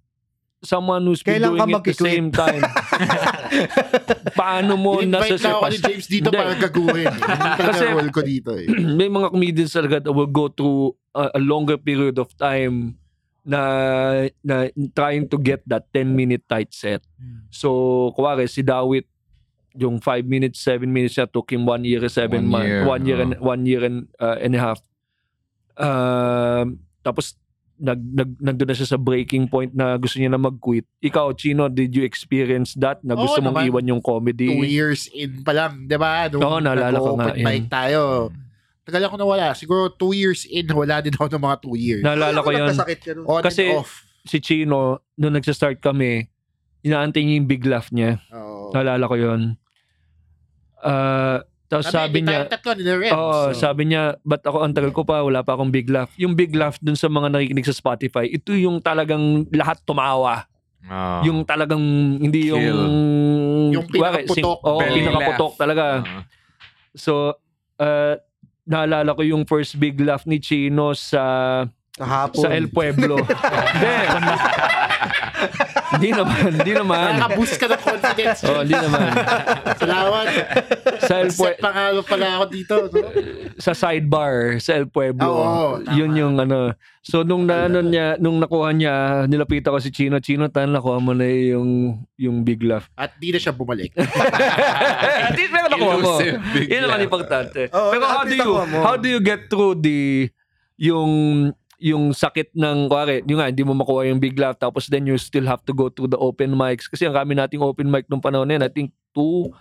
Speaker 1: someone who's been
Speaker 3: Kailan
Speaker 1: doing
Speaker 3: ka
Speaker 1: it the
Speaker 3: mag-quit?
Speaker 1: same time. paano mo
Speaker 9: Invite na ako ni
Speaker 1: nasa-surpass?
Speaker 9: James dito
Speaker 1: Hindi.
Speaker 9: para gaguhin. Kasi
Speaker 1: Kasi-
Speaker 9: role ko dito eh.
Speaker 1: may mga comedians talaga that will go through a, a longer period of time na, na trying to get that 10-minute tight set.
Speaker 9: Hmm.
Speaker 1: So, kuwari, si Dawit, yung 5 minutes, 7 minutes niya took him 1 year, 7
Speaker 8: One
Speaker 1: months,
Speaker 8: year,
Speaker 1: 1 year,
Speaker 8: oh.
Speaker 1: and, one year and, uh, and a half. Um, tapos, nag, nag, nandun na siya sa breaking point na gusto niya na mag-quit. Ikaw, Chino, did you experience that? Na
Speaker 9: Oo
Speaker 1: gusto mong
Speaker 9: naman.
Speaker 1: iwan yung comedy?
Speaker 9: two years in pa lang, di ba? Nung
Speaker 1: eh. Oo, naalala ko nga,
Speaker 9: nag-open mic tayo.
Speaker 5: Mm.
Speaker 9: Tagal ako nawala. Siguro two years in, wala din ako ng mga two years.
Speaker 1: Naalala ko yun.
Speaker 3: Nagkasakit ka nun.
Speaker 9: On
Speaker 1: kasi-
Speaker 9: and off.
Speaker 1: si Chino, nung nagsa-start kami, inaantay niya yung big laugh niya.
Speaker 9: Oo.
Speaker 1: Naalala ko yun. Ah, tapos sabi
Speaker 9: hindi
Speaker 1: niya,
Speaker 9: tayong tatlo ni Lorenz.
Speaker 1: oo,
Speaker 9: So,
Speaker 1: sabi niya, ba't ako ang tagal ko pa, wala pa akong big laugh. Yung big laugh dun sa mga nakikinig sa Spotify, ito yung talagang lahat tumawa.
Speaker 9: Ah.
Speaker 8: Oh.
Speaker 1: Yung talagang, hindi yung...
Speaker 9: Yung
Speaker 1: kuwari, sing-
Speaker 9: pinakaputok,
Speaker 1: Oo,
Speaker 8: belly
Speaker 1: pinakaputok talaga.
Speaker 8: Ah.
Speaker 1: So, ah, naalala ko yung first big laugh ni Chino sa
Speaker 3: Kahapon.
Speaker 1: sa El Pueblo. Hindi. Hindi naman, hindi naman.
Speaker 9: nakaboost ka ng confidence.
Speaker 1: Oh, hindi naman.
Speaker 9: Salamat.
Speaker 1: Sa El
Speaker 9: Set
Speaker 1: Pue-
Speaker 9: pangalo pala ako dito. No?
Speaker 1: sa sidebar sa El Pueblo.
Speaker 9: Oo,
Speaker 1: yun yung ano. So nung na, ano niya, nung nakuha niya, nilapit ako si Chino, Chino tan nakuha mo na yung yung big laugh.
Speaker 9: At di na siya bumalik.
Speaker 1: At
Speaker 3: Ano
Speaker 1: least meron nakuha mo.
Speaker 8: Elusive big
Speaker 1: Yun naman
Speaker 8: laugh.
Speaker 1: importante.
Speaker 3: Oo,
Speaker 1: Pero how
Speaker 3: at
Speaker 1: do
Speaker 3: least
Speaker 1: you
Speaker 3: nakuha mo.
Speaker 1: how do you get through the yung yung sakit ng kuwari, yung nga, hindi mo makuha yung big laugh tapos then you still have to go through the open mics kasi ang kami nating open mic nung panahon na yun, I think two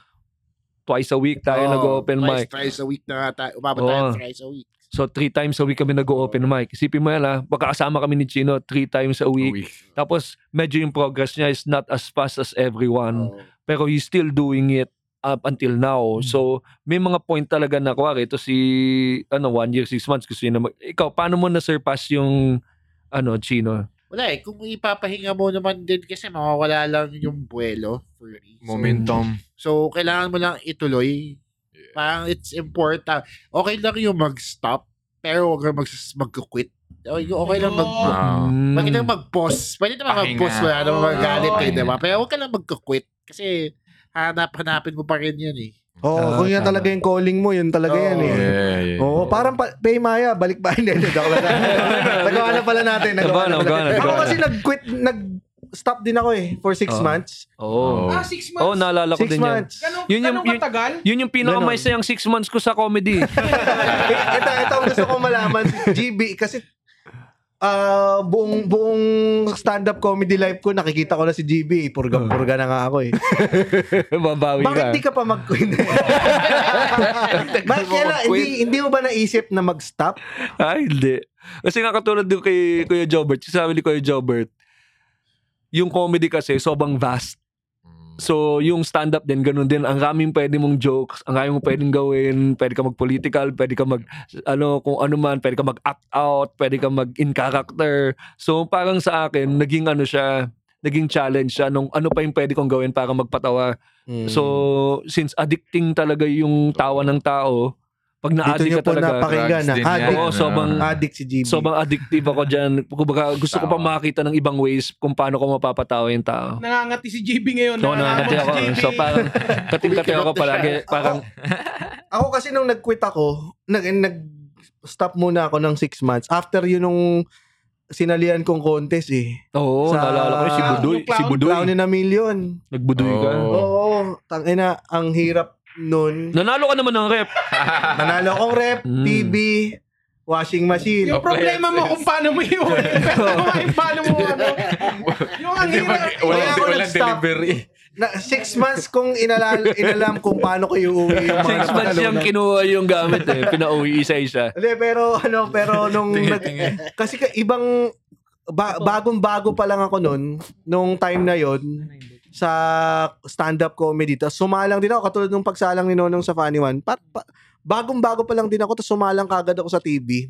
Speaker 1: twice a week tayo
Speaker 9: Oo,
Speaker 1: nag-open
Speaker 9: twice,
Speaker 1: mic. Oh.
Speaker 9: Twice a week na nga tayo. Umabot tayo
Speaker 1: Oo.
Speaker 9: thrice a week.
Speaker 1: So three times a week kami nag-open mic. Isipin mo yan ha, magkakasama kami ni Chino three times a week.
Speaker 8: Week.
Speaker 1: Tapos medyo yung progress niya is not as fast as everyone.
Speaker 9: Oo.
Speaker 1: Pero he's still doing it up until now. So may mga point talaga na kuwari, ito si ano, one year, six months, gusto niya na mag- Ikaw, paano mo na-surpass yung ano, Chino?
Speaker 9: Wala eh. Kung ipapahinga mo naman din kasi mawawala lang yung buwelo for me. So,
Speaker 8: Momentum.
Speaker 9: So, kailangan mo lang ituloy. Parang it's important. Okay lang yung mag-stop, pero huwag kang mag- mag-quit. Okay, okay lang mag-
Speaker 6: Oo.
Speaker 8: Ah.
Speaker 1: Mm.
Speaker 9: Pwede lang mag-pause. Pwede naman
Speaker 8: Pahinga.
Speaker 9: mag-pause. Wala naman
Speaker 6: Oo.
Speaker 9: magalit eh,
Speaker 8: Pahinga.
Speaker 9: di ba? Pero huwag ka lang mag-quit. Kasi hanap-hanapin mo pa rin yun eh.
Speaker 3: Oo,
Speaker 1: Oo,
Speaker 3: kung yan
Speaker 1: tama.
Speaker 3: talaga yung calling mo, yun talaga
Speaker 9: Oo.
Speaker 3: yan eh.
Speaker 8: Yeah, yeah.
Speaker 3: Oo, parang pa- Pay Maya, balik ba? Hindi, hindi, joke lang. Nagawa na pala natin. Nagawa na
Speaker 1: Nagawa
Speaker 3: pala
Speaker 1: na,
Speaker 3: natin. Ako
Speaker 1: nagawa na.
Speaker 3: kasi nag-quit, nag-stop din ako eh for six
Speaker 1: Oo.
Speaker 3: months.
Speaker 1: Oo.
Speaker 8: Oo.
Speaker 6: Ah,
Speaker 1: Oh.
Speaker 6: six months.
Speaker 1: naalala ko
Speaker 3: Six
Speaker 1: din yan.
Speaker 3: months.
Speaker 6: Ganun,
Speaker 1: Oh, Yun yung-
Speaker 6: ganun
Speaker 1: yun-
Speaker 6: katagal?
Speaker 1: Yun yung pinakamaysa yung six months ko sa comedy.
Speaker 3: ito, ito ang gusto kong malaman si GB kasi ah buong buong stand-up comedy life ko nakikita ko na si GB. Purga-purga na nga ako eh.
Speaker 1: Babawi
Speaker 3: Bakit
Speaker 1: ka.
Speaker 3: di ka pa mag-quit? Bakit kaya na- hindi, hindi mo ba naisip na mag-stop?
Speaker 1: Ay, Ah, hindi. Kasi nga katulad din kay Kuya Jobert, sabi ni Kuya Jobert, yung comedy kasi sobrang vast.
Speaker 3: Mm.
Speaker 1: So, yung stand-up din, ganun din. Ang raming pwede mong jokes, ang raming mong pwedeng gawin, pwede ka mag-political, pwede ka mag, ano, kung ano man, pwede ka mag-act out, pwede ka mag-in character. So, parang sa akin, naging ano siya, naging challenge siya nung ano pa yung pwede kong gawin para magpatawa. So,
Speaker 3: Mm.
Speaker 1: since addicting talaga yung tawa ng tao, pag
Speaker 3: dito
Speaker 1: na-addict
Speaker 3: niyo
Speaker 1: ka
Speaker 3: po
Speaker 1: talaga.
Speaker 3: napakinggan
Speaker 8: Drugs
Speaker 3: na
Speaker 8: din
Speaker 3: addict,
Speaker 1: Oo, sobrang-
Speaker 8: Ah.
Speaker 3: addict si GB.
Speaker 1: Sobrang addictive ako dyan. Kumbaga, gusto ko pa
Speaker 8: Tama.
Speaker 1: makita ng ibang ways kung paano ko mapapatawa yung tao.
Speaker 6: Nangangati si JB ngayon.
Speaker 1: So, nangangati
Speaker 6: Nangangati
Speaker 1: ako.
Speaker 6: si JB.
Speaker 1: So, parang kating-kating ako
Speaker 9: Kumikirot na
Speaker 1: palagi. Parang,
Speaker 3: Ako kasi nung nag-quit ako, nag, nag stop muna ako ng six months. After yun nung sinalian kong contest eh.
Speaker 1: oo,
Speaker 3: Sa-
Speaker 1: Oh, naalala ko yun, si Budoy.
Speaker 6: Yung clown-
Speaker 1: Si Budoy. Oh.
Speaker 3: Clown na million.
Speaker 1: Nagbudoy ka.
Speaker 8: Oo.
Speaker 3: Oh. Oo, tangina, ang hirap nun.
Speaker 1: Nanalo ka naman ng rep.
Speaker 3: Nanalo akong rep,
Speaker 1: Mm.
Speaker 3: TV, washing machine.
Speaker 6: Yung problema mo kung paano mo yun. Yung paano mo ano. Yung ang
Speaker 8: Hindi
Speaker 6: hirap.
Speaker 8: mag- walang,
Speaker 3: Kaya ako
Speaker 8: walang
Speaker 3: nag-stop.
Speaker 8: delivery.
Speaker 3: Na, six months kong inalal, inalam kung paano ko iuwi yung mga
Speaker 1: Six months
Speaker 3: napatalunan.
Speaker 1: siyang kinuha yung gamit eh. Pinauwi isa-isa.
Speaker 3: Hindi, pero ano, pero nung nag, kasi ka, ibang ba, bagong bago pa lang ako noon nung time na yon sa stand-up comedy. Tapos sumalang din ako katulad nung pagsalang ni Nonong sa Funny One. Pa, bagong bago pa lang din ako tapos sumalang kagad ako sa TV.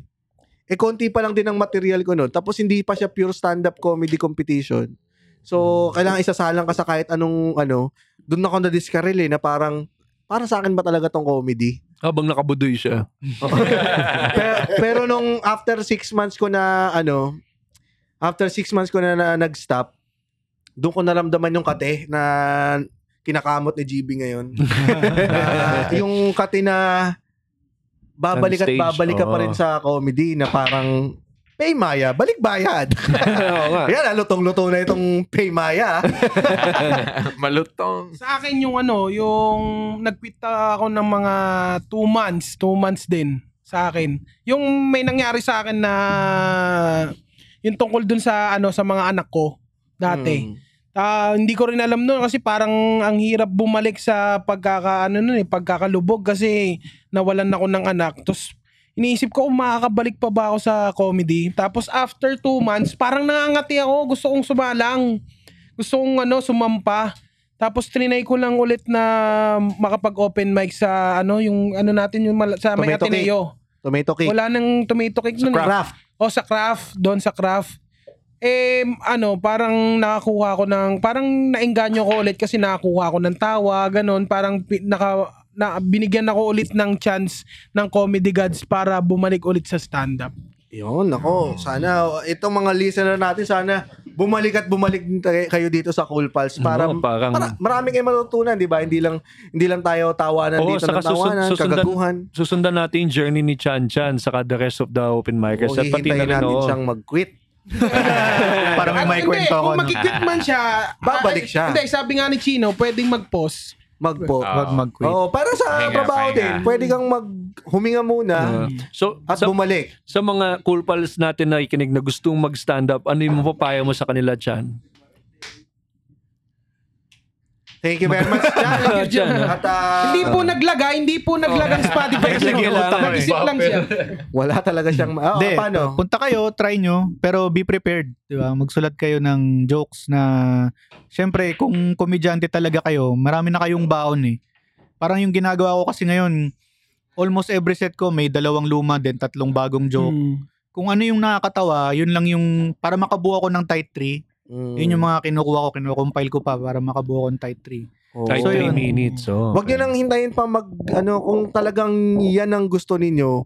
Speaker 3: Eh, konti pa lang din ang material ko noon. Tapos, hindi pa siya pure stand-up comedy competition. So, kailangan isasalang ka sa kahit anong, ano, doon ako na-discarrel eh, na parang, para sa akin ba talaga tong comedy?
Speaker 1: Habang nakabudoy siya.
Speaker 3: pero, pero nung after six months ko na, ano, after six months ko na, na nag-stop, doon ko naramdaman yung kate na kinakamot ni GB ngayon. Ah, yung kate na babalik at
Speaker 1: Stage,
Speaker 3: babalik ka pa
Speaker 1: oo.
Speaker 3: rin sa comedy na parang, Pay Maya, balik bayad.
Speaker 1: Oo nga.
Speaker 3: Yan, lutong-luto na itong Pay Maya.
Speaker 8: Malutong.
Speaker 6: Sa akin yung ano, yung nag-quit ako ng mga 2 months, 2 months din sa akin. Yung may nangyari sa akin na yung tungkol dun sa ano sa mga anak ko
Speaker 9: Hmm.
Speaker 6: dati.
Speaker 3: Hmm.
Speaker 6: Ah, hindi ko rin alam noon kasi parang ang hirap bumalik sa pagkaka ano nun eh, pagkakalubog kasi nawalan ako ng anak. Tapos iniisip ko kung makakabalik pa ba ako sa comedy. Tapos after 2 months, parang nangangati ako, gusto kong sumalang. Gusto kong ano, sumampa. Tapos trinay ko lang ulit na makapag-open mic sa ano, yung ano natin, yung mala- sa may
Speaker 3: Tomato
Speaker 6: Ateneo.
Speaker 3: Tomato cake.
Speaker 6: Wala nang tomato cake nun. eh.
Speaker 3: Craft.
Speaker 6: O sa craft, doon sa craft. Eh, ano, parang nakakuha ko ng, parang nainganyo ko ulit kasi nakakuha ko ng tawa, ganun. Parang pi- naka, na, binigyan ako ulit ng chance ng comedy gods para bumalik ulit sa stand-up.
Speaker 3: Yun,
Speaker 1: Hmm.
Speaker 3: ako. Sana, itong mga listener natin, sana bumalik at bumalik din tayo- kayo dito sa Cool Pals para,
Speaker 1: Oo, Ano, parang-
Speaker 3: para marami kayong matutunan, di ba? Hindi lang, hindi lang tayo tawanan
Speaker 1: Oo,
Speaker 3: dito ng
Speaker 1: saka susund-
Speaker 3: tawanan,
Speaker 1: susundan-
Speaker 3: kagaguhan.
Speaker 1: Susundan natin yung journey ni Chan Chan saka the rest of the open micers.
Speaker 3: O,
Speaker 1: At pati na
Speaker 3: hihintayin
Speaker 1: rin,
Speaker 3: natin
Speaker 1: oo.
Speaker 3: siyang mag-quit.
Speaker 5: Parang may
Speaker 6: Ano,
Speaker 5: may kwento
Speaker 6: hindi,
Speaker 5: ako.
Speaker 6: Kung
Speaker 5: nun.
Speaker 6: mag-quit man siya,
Speaker 3: Babalik
Speaker 6: ah,
Speaker 3: siya.
Speaker 6: Hindi, sabi nga ni Chino, pwedeng mag-pause.
Speaker 3: Magpo.
Speaker 8: Ah.
Speaker 5: Wag mag-quit.
Speaker 3: Oo, para sa
Speaker 8: Pahinga,
Speaker 3: trabaho
Speaker 8: pahinga.
Speaker 3: din, pwede kang mag-huminga muna
Speaker 1: So,
Speaker 3: at
Speaker 1: sa,
Speaker 3: bumalik.
Speaker 1: sa mga cool pals natin na ikinig na gustong mag-stand up, ano yung mapapaya mo sa kanila, Chan?
Speaker 3: Thank you very much, Chan.
Speaker 1: Chan, ah.
Speaker 3: at ah,
Speaker 6: hindi po naglaga, hindi po naglaga ng Spotify.
Speaker 1: Naglagay lang ako eh.
Speaker 6: Nag-isip lang siya.
Speaker 3: wala talaga siyang, oh,
Speaker 5: Hindi,
Speaker 3: paano?
Speaker 5: punta kayo, try nyo, pero be prepared. Di ba? Magsulat kayo ng jokes na, syempre, kung komedyante talaga kayo, marami na kayong baon eh. Parang yung ginagawa ko kasi ngayon, almost every set ko may dalawang luma din, tatlong bagong joke.
Speaker 9: Hmm.
Speaker 5: Kung ano yung nakakatawa, yun lang yung, para makabuo ko ng tight three,
Speaker 9: Hmm.
Speaker 3: Mm.
Speaker 5: yun yung mga kinukuha ko, kinukompile ko pa para makabuo ko ng tight three.
Speaker 3: Oo.
Speaker 1: Kahit
Speaker 5: So,
Speaker 1: 3
Speaker 5: yun.
Speaker 1: minutes. Oh,
Speaker 3: Wag niyo nang hintayin pa mag ano kung talagang yan ang gusto ninyo.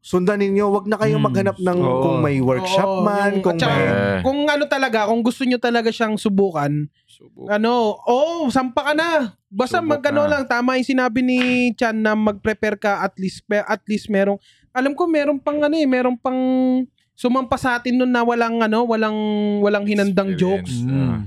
Speaker 3: Sundan ninyo, wag na kayong
Speaker 1: Mm.
Speaker 8: Hmm.
Speaker 3: maghanap ng
Speaker 1: Oo.
Speaker 3: kung may workshop
Speaker 6: Oo,
Speaker 3: man,
Speaker 6: yung-
Speaker 3: kung
Speaker 6: at saka-
Speaker 3: may
Speaker 8: Eh,
Speaker 6: Kung ano talaga, kung gusto nyo talaga siyang subukan, ano, oh, sampa ka na. Basta
Speaker 8: Subok
Speaker 6: magano
Speaker 8: na.
Speaker 6: lang tama 'yung sinabi ni Chan na mag-prepare ka at least pe- at least merong alam ko meron pang ano eh, meron pang sumampa sa atin nun na walang ano, walang walang hinandang joke.
Speaker 8: experience. Ah.
Speaker 3: Mm.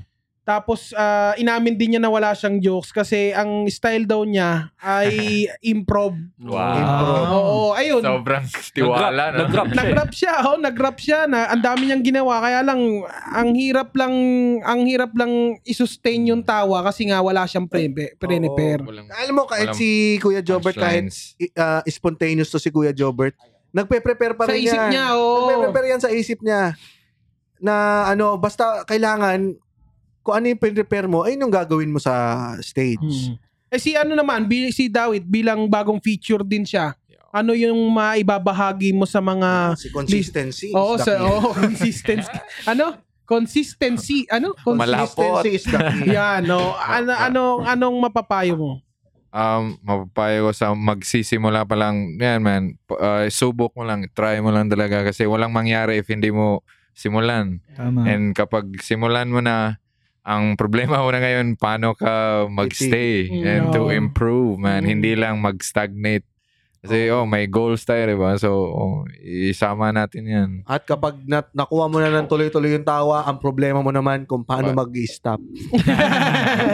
Speaker 6: Tapos ah, inamin din niya na wala siyang jokes kasi ang style daw niya ay improv.
Speaker 8: Wow.
Speaker 6: Oo, ayun.
Speaker 8: Sobrang tiwala, no?
Speaker 1: Nag-drop siya. eh.
Speaker 6: Nag-rap siya, oh, nag-rap siya na ang dami niyang ginawa kaya lang ang hirap lang ang hirap lang i-sustain yung tawa kasi nga wala siyang pre- prepare.
Speaker 8: Walang-
Speaker 3: alam mo kahit
Speaker 8: Walang
Speaker 3: si Kuya Jobert kahit
Speaker 8: punchlines.
Speaker 3: i- ah, spontaneous to si Kuya Jobert, nagpe-prepare pa
Speaker 6: Sa
Speaker 3: rin
Speaker 6: isip
Speaker 3: yan.
Speaker 6: niya, oh. oo.
Speaker 3: Nagpe-prepare yan sa isip niya na ano, basta kailangan kung ano yung prepare mo, ayun yung gagawin mo sa stage.
Speaker 6: Eh si ano naman, bi- si Dawit bilang bagong feature din siya. Ano yung maibabahagi mo sa mga
Speaker 3: si Ah, consistency. is
Speaker 6: Ah, Oo,
Speaker 3: the
Speaker 6: sa
Speaker 3: key.
Speaker 6: oo, consistency. ano? Consistency, ano?
Speaker 8: Malapot.
Speaker 3: Consistency is the key.
Speaker 6: Yan, no. Ano ano anong mapapayo mo?
Speaker 8: um, mapapayo ko sa magsisimula pa lang, yan man, p- uh, subok mo lang, try mo lang talaga kasi walang mangyari if hindi mo simulan.
Speaker 5: Tama.
Speaker 8: And kapag simulan mo na, ang problema mo na ngayon, paano ka magstay and to
Speaker 6: No.
Speaker 8: improve, man.
Speaker 6: Mm.
Speaker 8: Hindi lang mag-stagnate. Kasi, oh, may goals tayo, di ba? So, oh, isama natin yan.
Speaker 3: At kapag na- nakuha mo na ng tuloy-tuloy yung tawa, ang problema mo naman kung paano mag-stop.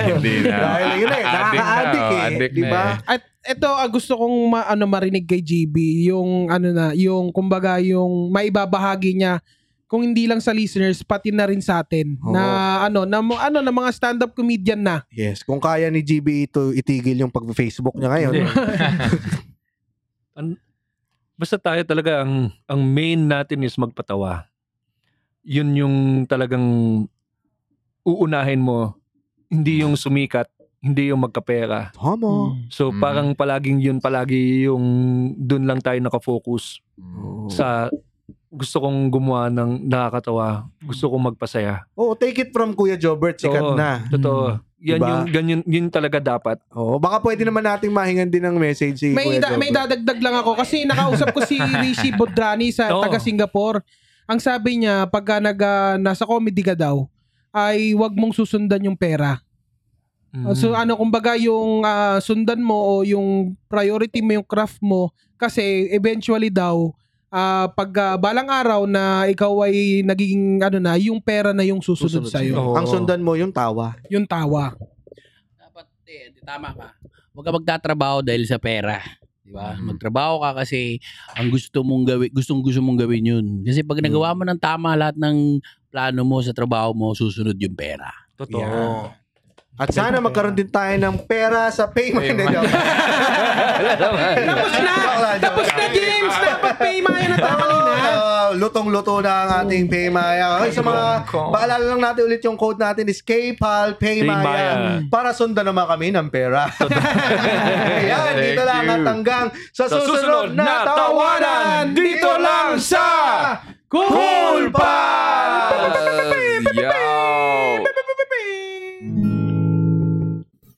Speaker 8: hindi na.
Speaker 3: Dahil yun eh,
Speaker 8: Addict na,
Speaker 3: nakaka-addict
Speaker 8: oh,
Speaker 3: eh,
Speaker 8: addict
Speaker 3: di
Speaker 8: na
Speaker 3: ba?
Speaker 8: eh.
Speaker 6: At ito, ah, gusto kong ma, ano, marinig kay GB, yung ano na, yung kumbaga yung maibabahagi niya kung hindi lang sa listeners pati na rin sa atin
Speaker 3: Oo.
Speaker 6: na ano na mo- ano na mga stand-up comedian na.
Speaker 3: Yes, kung kaya ni GB ito itigil yung pag-Facebook niya ngayon.
Speaker 1: Hindi. An- Basta tayo talaga ang ang main natin is magpatawa. Yun yung talagang uunahin mo, hindi yung sumikat, hindi yung magkapera.
Speaker 3: Homo.
Speaker 1: So
Speaker 8: Mm.
Speaker 1: parang palaging yun palagi yung dun lang tayo nakafocus
Speaker 8: Mm.
Speaker 1: sa gusto kong gumawa ng nakakatawa. Gusto kong magpasaya.
Speaker 3: Oo, take it from Kuya Jobert, sikat
Speaker 1: Oo.
Speaker 3: na.
Speaker 8: Mm.
Speaker 1: Totoo. Yan
Speaker 3: Diba?
Speaker 1: yung ganyan yun talaga dapat.
Speaker 3: Oo, baka pwede naman nating mahingan din ng message si
Speaker 6: May,
Speaker 3: Kuya
Speaker 6: ida-
Speaker 3: Jobert.
Speaker 6: may dadagdag lang ako kasi nakausap ko si Rishi Bodrani sa
Speaker 1: Oo.
Speaker 6: taga Singapore. Ang sabi niya, pagka nag, ah, nasa comedy ka daw, ay wag mong susundan yung pera.
Speaker 1: Mm.
Speaker 6: So ano kumbaga yung ah, sundan mo o yung priority mo yung craft mo kasi eventually daw ah, pag ah, balang araw na ikaw ay nagiging ano na yung pera na yung
Speaker 3: Susunod
Speaker 6: susunod, sa'yo.
Speaker 1: Oo.
Speaker 3: Ang sundan mo yung tawa.
Speaker 6: Yung tawa.
Speaker 4: Dapat, eh, tama ka. Huwag ka magtatrabaho dahil sa pera. Di ba?
Speaker 9: Mm.
Speaker 4: Magtrabaho ka kasi ang gusto mong gawin, gustong gusto mong gawin yun. Kasi pag
Speaker 9: Mm.
Speaker 4: nagawa mo ng tama lahat ng plano mo sa trabaho mo, susunod yung pera.
Speaker 1: Totoo.
Speaker 3: At sana magkaroon din tayo ng pera sa payment.
Speaker 8: Payment.
Speaker 3: Joke lang.
Speaker 6: Tapos na!
Speaker 3: Joke lang, joke
Speaker 6: Tapos na
Speaker 3: lang.
Speaker 6: James! Dapat pay maya na tayo kanina.
Speaker 3: Ah, lutong-luto na ang ating Paymaya. Ay, sa mga, paalala lang natin ulit yung code natin is KPAL Paymaya. Para sundan naman kami ng pera. Ayan,
Speaker 8: Thank
Speaker 3: dito lang
Speaker 8: you.
Speaker 3: at hanggang sa
Speaker 1: Sa
Speaker 3: susunod na tawanan. Dito lang sa Cool Pals!
Speaker 8: eh. Yo!